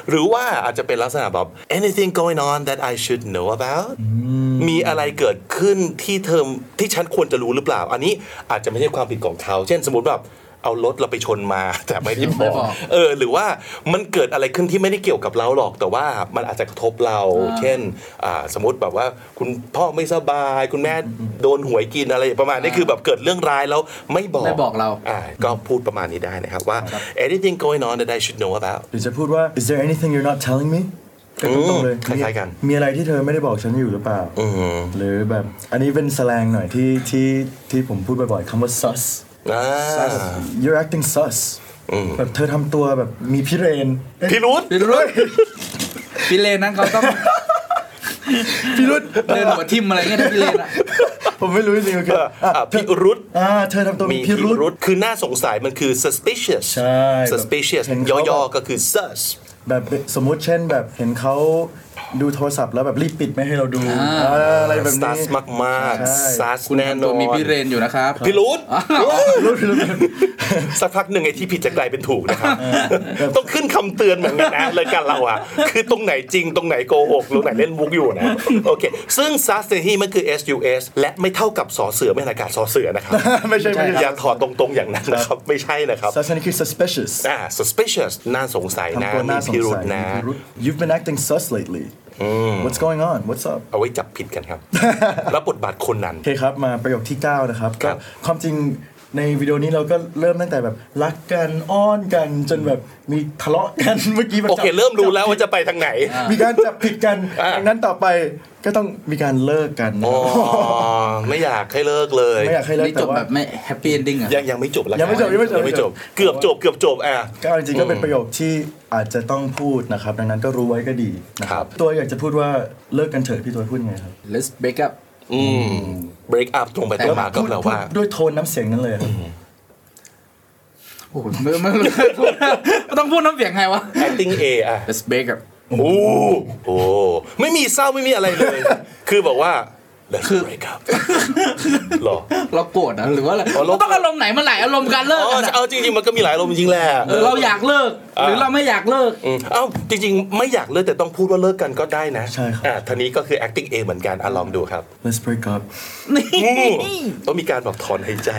Speaker 4: หรือว่าอาจจะเป็นลักษณะแบบ anything going on that I should know about มีอะไรเกิดขึ้นที่เธอที่ฉันควรจะรู้หรือเปล่า อันนี้อาจจะไม่ใช่ความผิดของเขา เช่นสมมติแบบ เอารถเราไปชนมาแต่ไม่ได้บ
Speaker 5: ไม่
Speaker 4: อก
Speaker 5: บอก
Speaker 4: เออหรือว่ามันเกิดอะไรขึ้นที่ไม่ได้เกี่ยวกับเราหรอก แต่ว่ามันอาจจะกระทบเรา เช่นอ่าสมมติแบบว่าคุณพ่อไม่สบาย คุณแม่โดนหวยกินอะไรประมาณนี้คือแบบเกิดเรื่องร้ายแล้วไม่บอก
Speaker 5: ไม่บอกเรา
Speaker 4: อ่าก็พูดประมาณนี้ได้นะครับว่า anything going on that I should know about
Speaker 3: หรือจะพูดว่า is there anything you're not telling me ก็ตรงๆเลย
Speaker 4: อืมคล้ายๆกัน
Speaker 3: มีอะไรที่เธอไม่ได้บอกฉันอยู่หรือเปล่า
Speaker 4: อืม
Speaker 3: หรือแบบ อันนี้เป็นแสแลงหน่อยที่ที่ที่ผมพูดบ่อยๆคำว่า sus
Speaker 4: อ่า
Speaker 3: you're acting sus แบบเธอทำตัวแบบมีพิเร นเอ๊ะ
Speaker 4: พิรุษ
Speaker 5: พี่รุ่นพี่เลนนั้นเขาต้องพี่รุ่นเดินหัวทิ่มอะไรเงี้ยนะพี่เลนอะ
Speaker 3: ผมไม่รู้จริงๆคือ
Speaker 4: อ่ะ
Speaker 3: อ่ะ
Speaker 4: พิรุษ
Speaker 3: อ่าเธอทำตัว
Speaker 4: มี
Speaker 3: มี
Speaker 4: พิ
Speaker 3: พิรุ
Speaker 4: รุ
Speaker 3: ษ
Speaker 4: ษคือน่าสงสัยมันคือ suspicious
Speaker 3: ใช่
Speaker 4: suspicious
Speaker 3: เห็นเขาแบบ
Speaker 4: ย่อๆก็คือ sus
Speaker 3: แบบสมมุติเช่นแบบเห็นเขาดูโทรศัพท์แล้วแบบรีบปิดไม่ให้เราดูอ่าอะไรแบบ
Speaker 4: s ั
Speaker 3: นี้
Speaker 4: สมาก
Speaker 3: ใช่
Speaker 4: ๆ sus
Speaker 5: คุณ
Speaker 4: แน่นอ
Speaker 5: ทำตั
Speaker 4: น
Speaker 5: วมีพี่เรนอยู่นะครับ
Speaker 4: พิรุษ
Speaker 3: รู้พิรุษ
Speaker 4: สักพักหนึ่งไอ้ที่ผิดจะกลายเป็นถูกนะครับ ต้องขึ้นคำเตือนเหมือนกันนะรายการเราอ่ะ คือตรงไหนจริงตรงไหนโกหกตรงไหนเล่นมุกอยู่นะ โอเค ซึ่ง sus ในที่นี้มันคือ sus และไม่เท่ากับสอเสือไม่ใช่การสอเสือนะครับ
Speaker 3: ไม่ใช่ไม่ใช่
Speaker 4: อย่าถอดตรง ๆ อย่างนั้นนะครับ ไม่ใช่นะครับ
Speaker 3: sus อันนี้คือ suspicious
Speaker 4: อ่า suspicious น่าสงสัยนะ
Speaker 3: ทำตัว
Speaker 4: มี
Speaker 3: น่าสง
Speaker 4: พิรุษ
Speaker 3: สัย
Speaker 4: นะ
Speaker 3: มีพิรุษ You've been acting sus lately What's going on What's up
Speaker 4: เอาไว้จับผิดกัน ครับ แล้วบทบาทคนนั้น
Speaker 3: โอเคครับ มาประโยคที่ 9 นะครับ
Speaker 4: ครั
Speaker 3: ก็
Speaker 4: บ
Speaker 3: ความจริงในวิดีโอนี้เราก็เริ่มตั้งแต่แบบ รักกันอ้อนกันจนแบบมีทะเลาะกัน เมื่อกี้แบบ
Speaker 4: โอเค
Speaker 3: จับ
Speaker 4: เริ่มรู้แล้วว่าจะไปทางไหน
Speaker 3: มีการจับผิดกัน
Speaker 4: อ่า
Speaker 3: ดังนั้นต่อไปก็ต้องมีการเลิกกันนะ
Speaker 4: อ๋อ
Speaker 3: ครับ
Speaker 4: ไม่อยากให้เลิกเลย
Speaker 3: ไม่อยากให้เลิก
Speaker 5: นี่จ
Speaker 3: แต่
Speaker 5: บ
Speaker 3: ว่า
Speaker 5: แบบไม่แฮปปี้เอนดิ้งอ่ะ
Speaker 4: ยังยังไม่จบแล้ว
Speaker 3: ยังไม่จบยังไม่จบ
Speaker 4: ยังไม่จบ เกือบจบเกือบจบอ่ะ
Speaker 3: ก็เอาจริงๆก็เป็นประโยคที่อาจจะต้องพูดนะครับ ดังนั้นก็รู้ไว้ก็ดีนะค
Speaker 4: ครั
Speaker 3: รับ บ ตัวอยากจะพูดว่าเลิกกันเถอะพี่ตัวพูดยังไงครับ
Speaker 5: Let's break up
Speaker 4: อืม break up ตรงไปตรงมาก็แปลว่า
Speaker 3: พูดด้วยโทนน้ำเสียงนั้นเลยครับ
Speaker 5: โอ้โหไม่ไม่ไม่ไม่ต้องพูดน้ำเสียงไงวะ
Speaker 4: acting A อ่ะ
Speaker 5: Let's break up
Speaker 4: โอ้โอ้ไม่มีเศร้าไม่มีอะไรเลย คือบอกว่า let's break up หรอ
Speaker 5: เราโกรธนะหรือว่าอะไร
Speaker 4: อ๋อเรา
Speaker 5: มันต้องอารมณ์ไหนมันหลายอารมณ์การเลิก
Speaker 4: อ๋อ
Speaker 5: กันอะ
Speaker 4: เอาจริงๆมันก็มีหลายอารมณ์จริงแหละ
Speaker 5: หรือเราอยากเลิก
Speaker 4: อ่า
Speaker 5: หรือเราไม่อยากเลิก
Speaker 4: อืมเอ้าจริง ๆ ไม่อยากเลิกแต่ต้องพูดว่าเลิกกันก็ได้นะ
Speaker 3: ใช่ครับ
Speaker 4: อ่ะทีนี้ก็คือ acting A เหมือนกันอ่ะลองดูครับ
Speaker 3: Let's break up
Speaker 4: อืมต้องมีการแบบถอนหายใจ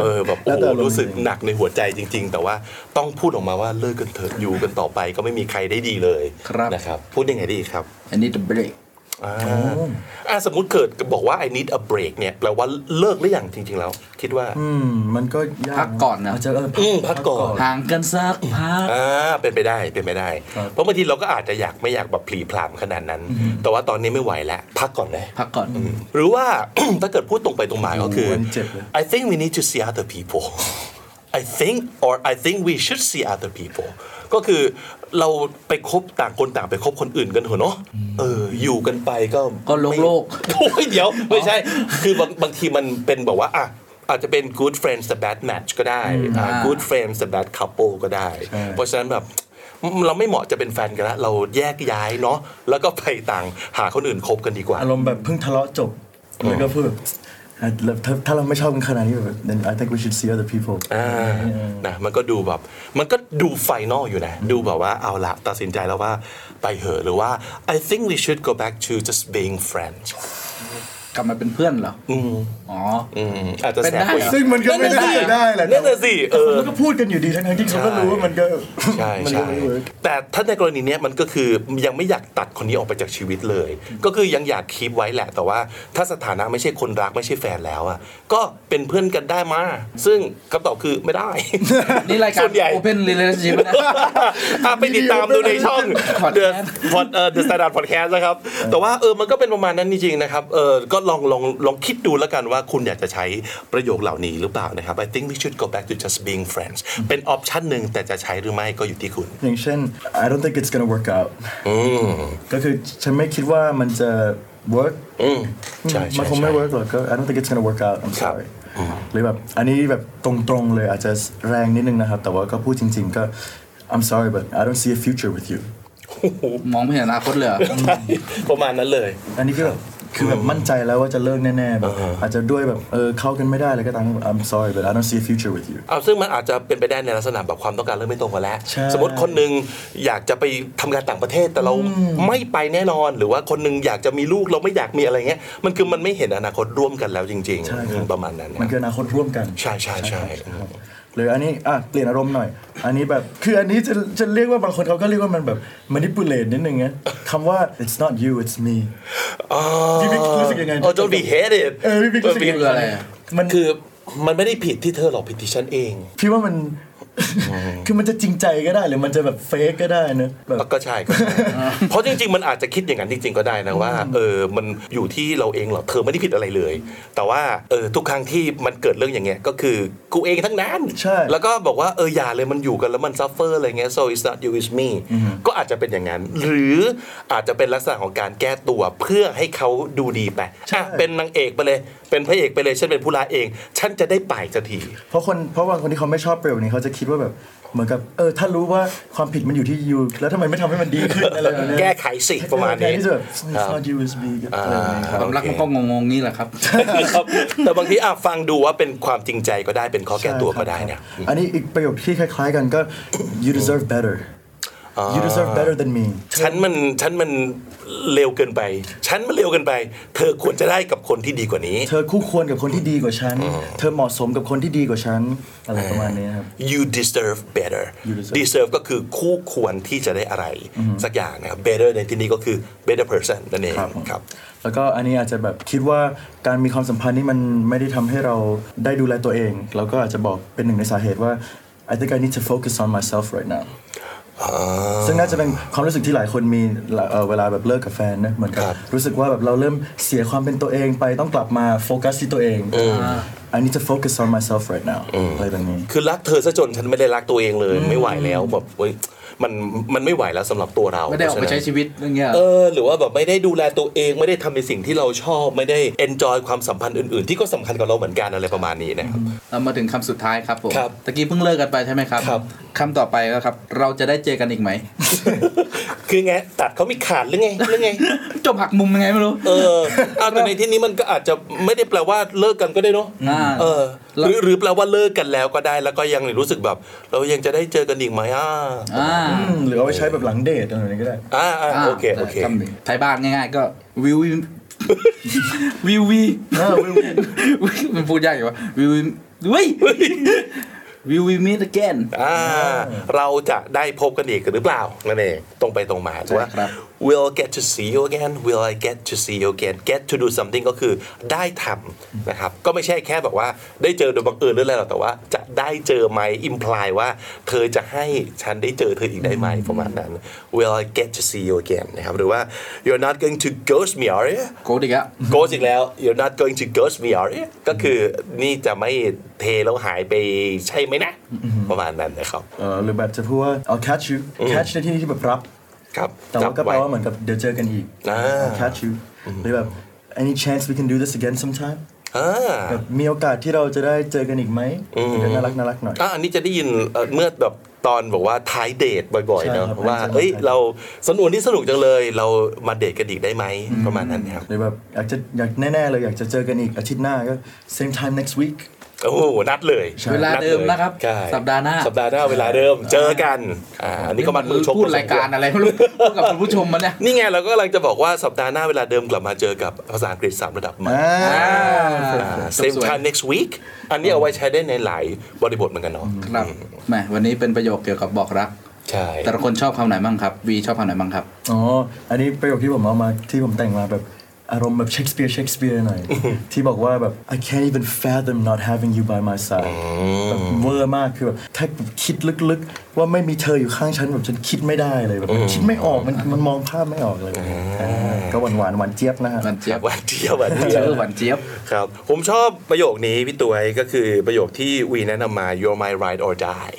Speaker 4: เออแบบโอ้โห
Speaker 3: แล้วแต่อารมณ์
Speaker 4: รู้สึกหนักในหัวใจจริง ๆ แต่ว่าต้องพูดออกมาว่าเลิกกันเถอะอยู่กันต่อไปก็ไม่มีใครได้ดีเลย
Speaker 5: ครับ
Speaker 4: นะครับ พูดยังไงดีครับ
Speaker 5: I need a break
Speaker 4: อ่าอ่าสมมุติเกิดบอกว่า I need a break เนี่ยแปลว่าเลิกหรือยังจริง ๆ แล้ว คิดว่า
Speaker 3: อืมมันก็ยาก
Speaker 5: พักก่อนนะ
Speaker 3: าจจะเออ
Speaker 4: อืมพักก่อน
Speaker 5: ห่างกันสักพัก
Speaker 4: อ่าเป็นไปได้เป็นไปได้ เพราะบางทีเราก็อาจจะอยากไม่อยากแบบผลีผลามขนาดนั้น แต่ว่าตอนนี้ไม่ไหวแล้วพักก่อนเลย
Speaker 5: พักก่อน
Speaker 4: หรือว่า ถ้าเกิดพูดตรงไปตรงมาก็คือ
Speaker 3: โอ้โหอันนี้เจ็บเลย
Speaker 4: I think we need to see other people I think or I think we should see other people ก็คือเราไปคบต่างคนต่างไปคบคนอื่นกันเถอะเนาะเอออยู่กันไปก็
Speaker 5: ก็โลกโลก
Speaker 4: ไม่โอ้ ยเดี๋ยว ไม่ใช่ คือบางบางทีมันเป็นแบบว่าอ่ะอาจจะเป็น good friends the bad match ก็ได้อ่า good friends the bad couple ก็ได้ เพราะฉะนั้นแบบ เราไม่เหมาะจะเป็นแฟนกันละเราแยกย้ายเนาะแล้วก็ไปต่างหาคนอื่นคบกันดีกว่า
Speaker 3: อารมณ์แบบเพิ่งทะเลาะจบ แล้วก็พูดแบบอ่ะแล้วถ้าถ้าเราไม่ชอบกันขนาดนี้แบบ then I think we should see other people
Speaker 4: อ่านะมันก็ดูแบบ มันก็ดูไฟนอลอยู่นะ ดูแบบว่าเอาละตัดสินใจแล้วว่าไปเหอะหรือว่า I think we should go back to just being friends
Speaker 5: กลับมาเป็นเพื่อนเหรอออ๋อ
Speaker 4: อืมอาจจะแสบกว่าอี
Speaker 5: เป็นได้เหรอ
Speaker 3: ซึ่งมันก็ไม่ได้ได้แหละ
Speaker 4: นั่นน่ะสิเออ
Speaker 3: มันก็พูดกันอยู่ดีทั้งๆที่เขาก็รู้ว่ามันก็
Speaker 4: ใช่
Speaker 3: มัน
Speaker 4: ใช่
Speaker 3: ก็ไม่เวิร์ก
Speaker 4: แต่ถ้าในกรณีเนี้ยมันก็คือยังไม่อยากตัดคนนี้ออกไปจากชีวิตเลย ก็คือยังอยากคีปไว้แหละ แต่ว่าถ้าสถานะไม่ใช่คนรักไม่ใช่แฟนแล้วอ่ะก็เป็นเพื่อนกันได้มา ซึ่งคำตอบคือไม่ได้
Speaker 5: นี่รายการ
Speaker 4: ส่วนใหญ่
Speaker 5: Open Relationship นะ
Speaker 4: อ่ะไปติดตามดูในช่อง The
Speaker 5: Podcast
Speaker 4: Pod เอ่อ The Standard Podcast นะครับ แต่ว่าเออมันก็เป็นประมาณนั้นจริงๆนะครับเออก็ลองลองลองคิดดูแล้วกันว่าคุณอยากจะใช้ประโยคเหล่านี้หรือเปล่านะครับ I think we should go back to just being friends เป็นออปชันหนึ่งแต่จะใช้หรือไม่ก็อยู่ที่คุณ
Speaker 3: อย่างเช่น I don't think it's gonna work out ก็คือฉันไม่คิดว่ามันจะ work
Speaker 4: อืมใช่
Speaker 3: มัน
Speaker 4: ใช่
Speaker 3: คงไม่
Speaker 4: ใช่
Speaker 3: work หรอกก็ I don't think it's gonna work out I'm
Speaker 4: ครับ
Speaker 3: sorry หรือแบบอันนี้แบบตรงๆเลยอาจจะแรงนิดนึงนะครับ แต่ว่าก็พูดจริง ๆ ก็ I'm sorry but I don't see a future with you
Speaker 5: มองไม่เห็นอนาคตเลยเหรอ
Speaker 4: ประมาณนั้นเลย
Speaker 3: อันนี้คือแบบคือแบบมั่นใจแล้วว่าจะเลิกแน่ๆแบบอาจจะด้วยแบบเออเข้ากันไม่ได้อะไรก็ตาม I'm sorry but I don't see a future with you
Speaker 4: เอาซึ่งมันอาจจะเป็นไปได้ในลักษณะแบบความต้องการเริ่มไม่ตรงกันแล้ว
Speaker 3: ใช่
Speaker 4: สมมติคนหนึ่งอยากจะไปทำงานต่างประเทศแต่เราไม่ไปแน่นอน หรือว่าคนหนึ่งอยากจะมีลูกเราไม่อยากมีอะไรเงี้ยมันคือมันไม่เห็นอนาคตร่วมกันแล้วจริง
Speaker 3: ใช่
Speaker 4: ๆ
Speaker 3: ค
Speaker 4: อื
Speaker 3: รับ
Speaker 4: มประมาณนั้นนะ
Speaker 3: มันคืออนาคตร่วมกัน
Speaker 4: ใช่ใช่ใช่
Speaker 3: ครับหรืออันนี้อ่ะเปลี่ยนอารมณ์หน่อย อันนี้แบบคืออันนี้จะจะเรียกว่าบางคนเขาก็เรียกว่ามันแบบ manipulate นิดนึงนะคำว่า it's not you it's me
Speaker 4: อ๋อ
Speaker 3: พี่บิ๊กรู้สึกยังไง
Speaker 4: โอ้ don't be hated
Speaker 3: เออพี่บิ๊กรู้สึกยัง
Speaker 5: คือ
Speaker 3: ไง
Speaker 5: อะไรอะ
Speaker 3: มัน
Speaker 4: คือมันไม่ได้ผิดที่เธอหรอกผิดที่ฉันเอง
Speaker 3: พี่ว่ามัน คือมันจะจริงใจก็ได้หรือมันจะแบบเฟกก็ได้นะแบบ
Speaker 4: ก็ใช่ก็ใช่เพราะจริง ๆ มันอาจจะคิดอย่างนั้นจริง ๆ ก็ได้นะว่าเออมันอยู่ที่เราเองหรอกเธอไม่ได้ผิดอะไรเลย แต่ว่าเออทุกครั้งที่มันเกิดเรื่องอย่างเงี้ยก็คือกูเองทั้งนั้น
Speaker 3: ใช่
Speaker 4: แล้วก็บอกว่าเอออย่าเลยมันอยู่กันแล้วมันซัฟเฟอร์อะไรเงี้ย so it's not you it's me ก็อาจจะเป็นอย่างนั้น หรืออาจจะเป็นลักษณะของการแก้ตัวเพื่อให้เขาดูดีไปอ่ะเป็นนางเอกไปเลย เป็นพระเอกไปเลยฉันเป็นผู้ร้ายเอง ฉันจะได้ไปสักที
Speaker 3: เพราะคนเพราะบางคนที่เขาไม่ชอบเปลวนี้เขาจะคิดว่าแบบเหมือนกับเออถ้ารู้ว่าความผิดมันอยู่ที่ยูแล้วทำไมไม่ทำให้มันดีขึ้นอะไรแบบนี้
Speaker 4: แก้ไขสิประมาณนี้
Speaker 3: แทที่จะแบบ
Speaker 4: ครั
Speaker 3: it's
Speaker 4: บ
Speaker 3: not you it's me อะไรแบบนี้ครั
Speaker 5: ค
Speaker 3: บ
Speaker 5: วามรักมันก็งงๆนี่แหละครับ
Speaker 4: ครับแต่บางทีอ่ะฟังดูว่าเป็นความจริงใจก็ได้เป็นข้อแก้ตัวก็ได้เนี่ย
Speaker 3: ใช่ครับอันนี้อีกประโยคที่คล้ายๆกันก็ you deserve better you deserve better than me
Speaker 4: ฉันมันฉันมันเร็วเกินไป ฉันมันเร็วเกินไป เธอควรจะได้กับคนที่ดีกว่านี้
Speaker 3: เธอคู่ควรกับคนที่ดีกว่าฉัน เธอเหมาะสมกับคนที่ดีกว่าฉัน อะไรประมาณนี้ครับ
Speaker 4: you deserve better
Speaker 3: You deserve
Speaker 4: deserve ก็คือคู่ควรที่จะได้อะไร สักอย่างนะครับ better ในที่นี้ก็คือ better person นั่นเอง
Speaker 3: ครับผม
Speaker 4: ครับ
Speaker 3: แล้วก็อันนี้อาจจะแบบคิดว่าการมีความสัมพันธ์นี่มันไม่ได้ทำให้เราได้ดูแลตัวเองเราก็อาจจะบอกเป็นหนึ่งในสาเหตุว่า I think I need to focus on myself right now ซึ่งน่าจะเป็นความรู้สึกที่หลายคนมีเอ่อเวลาแบบเลิกกับแฟนนะเหมือนกับ
Speaker 4: ครับ
Speaker 3: รู้สึกว่าแบบเราเริ่มเสียความเป็นตัวเองไปต้องกลับมาโฟกัสที่ตัวเอง I need to focus on myself right now อะไรแบบนี้
Speaker 4: คือรักเธอซะจนฉันไม่ได้รักตัวเองเลย ไม่ไหวแล้วแบบเว้ยมันมันไม่ไหวแล้วสำหรับตัวเรา
Speaker 5: ไม่ได้ออกไปใช้ชีวิตอย่างเงี้ย
Speaker 4: เออหรือว่าแบบไม่ได้ดูแลตัวเองไม่ได้ทำในสิ่งที่เราชอบไม่ได้ enjoy ความสัมพันธ์อื่นๆ ที่ก็สำคัญกับเราเหมือนกันอะไรประมาณนี้นะครับ
Speaker 5: เรามาถึงคำสุดท้ายครับผม
Speaker 4: ครับ
Speaker 5: ตะกี้เพิ่งเลิกกันไปใช่ไหมครับ
Speaker 4: ครับ
Speaker 5: ต่อไปก็ครับ เราจะได้เจอกันอีกไหม
Speaker 4: คือไงตัดเขามีขาดหรือไงหรือไง
Speaker 5: จบหักมุมยังไงไม่รู้
Speaker 4: เออ เอาแต่ในที่นี้มันก็อาจจะไม่ได้แปลว่าเลิกกันก็ได้เนาะ
Speaker 5: อ่า
Speaker 4: เออห
Speaker 5: แล้ว
Speaker 4: รือหรือแปลว่าเลิกกันแล้วก็ได้แล้วก็ยังรู้สึกแบบ เรายังจะได้เจอกันอีกไหมอ่า
Speaker 5: อ่า
Speaker 3: หรือเอาไปใช้แบบหลังเดทอะไรแบบนี้ก็ได้
Speaker 4: อ่าอ่า
Speaker 5: า
Speaker 4: โอเคโอเค
Speaker 5: แต่ำหนึ่งไทยบ้านง่ายๆก็วิววิววิววี
Speaker 3: เออวิววี
Speaker 5: มันพูดยากอยู่ว่าวิววิเฮ้ยวิววีมิทแกน
Speaker 4: อ่าเราจะได้พบกันอีกหรือเปล่านั่นเองตรงไปตรงมาหรือว่า
Speaker 5: ครับ
Speaker 4: will get to see you again will I get to see you again get to do something ก็คือได้ทำนะครับ ก็ไม่ใช่แค่แบบว่าได้เจอโดยบังเอิญหรืออะไรหรอกแต่ว่าจะได้เจอไหม imply ว่า เธอจะให้ฉันได้เจอเธออีกได้ไหมประมาณนั้น will I get to see you again นะครับหรือว่า you're not going to ghost me are you
Speaker 5: โกดอีกแล้ว
Speaker 4: โกสอีกแล้ว you're not going to ghost me are you ก็คือนี่จะไม่เทแล้วหายไปใช่ไหมนะ ประมาณนั้นนะครับ
Speaker 3: เออหรือแบบจะพูดว่า I'll catch you catch ในที่นี้ที่แบบรับ
Speaker 4: ครับ
Speaker 3: แต่ว่า
Speaker 4: จั
Speaker 3: ก็
Speaker 4: บ
Speaker 3: แปล
Speaker 4: ไ
Speaker 3: ว่าเหมือนกับเดี๋ยวเจอกันอีก
Speaker 4: อ่า
Speaker 3: I'll catch you หรือแบบ any chance we can do this again sometime
Speaker 4: อ่า
Speaker 3: แบบมีโอกาสที่เราจะได้เจอกันอีกไหมจะน่ารักน่ารักหน่อย
Speaker 4: อ่าอันนี้จะได้ยินเอ่อเมื่อแบบตอนบอกว่าท้ายเดทบ่อยๆเนอะ
Speaker 3: ใช่ครับ
Speaker 4: ว่า
Speaker 3: ใช่ครับ
Speaker 4: เอ้ยเราสนุกนี่สนุกจังเลยเรามาเดทกันอีกได้ไหมประมาณนั้นครับ
Speaker 3: หรือแบบอยากจะอยากแน่ๆเลยอยากจะเจอกันอีกอาทิตย์หน้าก็ same time next week
Speaker 4: โอ้โหนัดเลย
Speaker 5: เวลาเดิม
Speaker 4: ลย
Speaker 5: นะครับ
Speaker 4: ใช่
Speaker 5: สัปดาห์หน้า
Speaker 4: สัปดาห์หน้าเวลาเดิมเจอกันอ่าอันนี้ก็มัดมือชก
Speaker 5: พูดรายการอะไรไม่รู้พูดกับคุณผู้ชมมันเนี่ย
Speaker 4: นี่ไงเราก็กำลังจะบอกว่าสัปดาห์หน้าเวลาเดิมกลับมาเจอกับภาษาอังกฤษสามระดับใหม่
Speaker 3: อ่า
Speaker 5: อ่าจบ
Speaker 4: same
Speaker 5: สวย
Speaker 4: time next week อันนี้เอาไว้ใช้ได้ในหลายบริบทเหมือนกันเนาะ
Speaker 5: ครับแหมวันนี้เป็นประโยคเกี่ยวกับบอกรัก
Speaker 4: ใช่
Speaker 5: แต่ละคนชอบคำไหนบ้างครับวีชอบคำไหนบ้างครับ
Speaker 3: อ๋อ อันนี้ประโยคที่ผมเอามาที่ผมแต่งมาแบบอารมณ์แบบเชคสเปียร์เชคสเปียร์ หน่อย ที่บอกว่าแบบ I can't even fathom not having you by my side แบบเวอร์มากคือแบบถ้าคิดลึกๆ ว่าไม่มีเธออยู่ข้างฉันแบบฉันคิดไม่ได้เลยแบบมันคิดไม่ออกมันมันมองภาพไม่ออกเลยอ่าก็หวานหวานๆหวานเจี๊ยบนะฮะ
Speaker 5: หวานเจี๊ยบ
Speaker 4: หวานเจี๊ยบหวานเจี๊ยบ
Speaker 5: เออหวานเจี๊ยบ
Speaker 4: ครับ ผมชอบประโยคนี้พี่ตัวยก็คือประโยคที่วีแนะนำมา you're my ride or die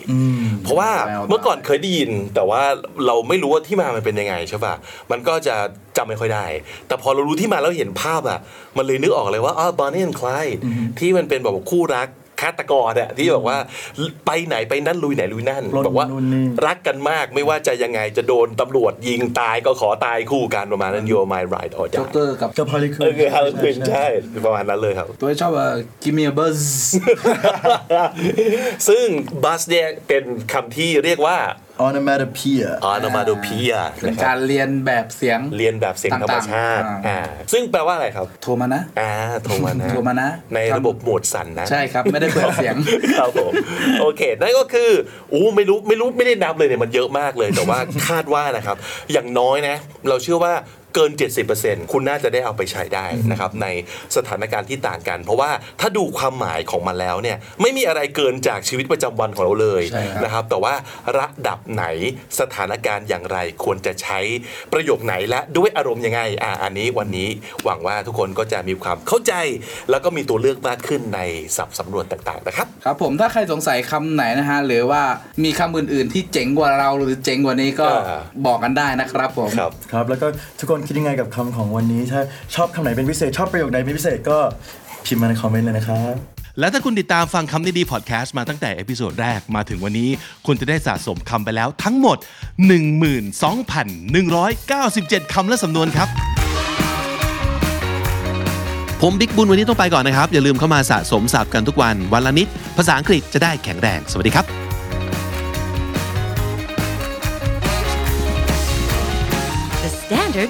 Speaker 4: ผ ว่า
Speaker 5: แววตา
Speaker 4: เมื่อก่อนเคยได้ยิน แต่ว่าเราไม่รู้ว่าที่มามันเป็นยังไงใช่ป่ะมันก็จะจำไม่ค่อยได้ แต่พอเรารู้ที่มาแล้วเห็นภาพอ่ะมันเลยนึกออกเลยว่าอ๋อบอนนี่และคลายที่มันเป็นแบบคู่รักฆาตกรอะที่แบบว่าไปไหนไปนั่นลุยไหนลุยนั่น
Speaker 3: ปล้น
Speaker 4: บอกว่า
Speaker 3: นู่นนี่
Speaker 4: รักกันมากไม่ว่าจะยังไงจะโดนตำรวจยิงตายก็ขอตายคู่กันประมาณนั้น you are my right or
Speaker 5: จ็อกเก
Speaker 4: die
Speaker 5: อร์กับ
Speaker 3: กับฮาริค
Speaker 4: เออคือฮาร์ ควินใช่ประมาณนั้นเลยครับ
Speaker 5: ตัวที่ชอบเอ่อ give me a buzz
Speaker 4: ซึ่งบัสเนี่ยเป็นคำที่เรียกว่า
Speaker 3: ออนมาดเพีย
Speaker 4: onomatopoeia
Speaker 5: เป็น
Speaker 4: นะค
Speaker 5: การ
Speaker 4: ั
Speaker 5: ร
Speaker 4: บ
Speaker 5: เรียนแบบเสียง
Speaker 4: เรียนแบบเสียงธรรมชาติ
Speaker 5: ต่างๆ
Speaker 4: อ่าซึ่งแปลว่าอะไรครับ
Speaker 5: โทรมานะ
Speaker 4: อ่าโทมานะ
Speaker 5: โทมานะ
Speaker 4: ในระบบโหมดสั่นนะ
Speaker 5: ใช่ครับ ไม่ได้เปิดเสียง
Speaker 4: ครับผมโอเค นั่นก็คืออู้ไม่รู้ไม่รู้ไม่ได้นับเลยเนี่ยมันเยอะมากเลย แต่ว่าคาดว่านะครับ อย่างน้อยนะ เราเชื่อว่าเกิน 70%คุณน่าจะได้เอาไปใช้ได้นะครับ ในสถานการณ์ที่ต่างกัน เพราะว่าถ้าดูความหมายของมันแล้วเนี่ยไม่มีอะไรเกินจากชีวิตประจำวันของเราเลย
Speaker 5: ใช่ครับ
Speaker 4: นะครับ แต่ว่าระดับไหนสถานการณ์อย่างไรควรจะใช้ประโยคไหนและด้วยอารมณ์ยังไงอ่าอันนี้วันนี้หวังว่าทุกคนก็จะมีความเข้าใจ แล้วก็มีตัวเลือกมากขึ้นในสับสำนวนต่างๆนะครับ
Speaker 5: ครับผมถ้าใครสงสัยคำไหนนะฮะ หรือว่ามีคำอื่น ๆ ที่เจ๋งกว่าเราหรือเจ๋งกว่านี้ก็
Speaker 4: อ่า
Speaker 5: บอกกันได้นะครับผม
Speaker 4: ครับ
Speaker 3: ครับแล้วก็ทุกคนคิดยังไงกับคำของวันนี้ ถ้าชอบคำไหนเป็นพิเศษ ชอบประโยคไหนเป็นพิเศษก็พิมพ์มาในคอมเมนต์เลยนะครับ
Speaker 2: และถ้าคุณติดตามฟังคำนี้ดีพอดแคสต์มาตั้งแต่เอพิโซดแรกมาถึงวันนี้ คุณจะได้สะสมคำไปแล้วทั้งหมด 12,197 คำและสำนวนครับ ผมบิ๊กบุญวันนี้ต้องไปก่อนนะครับ อย่าลืมเข้ามาสะสมศัพท์กันทุกวันวันละนิด ภาษาอังกฤษจะได้แข็งแรง สวัสดีครับ
Speaker 1: The Standard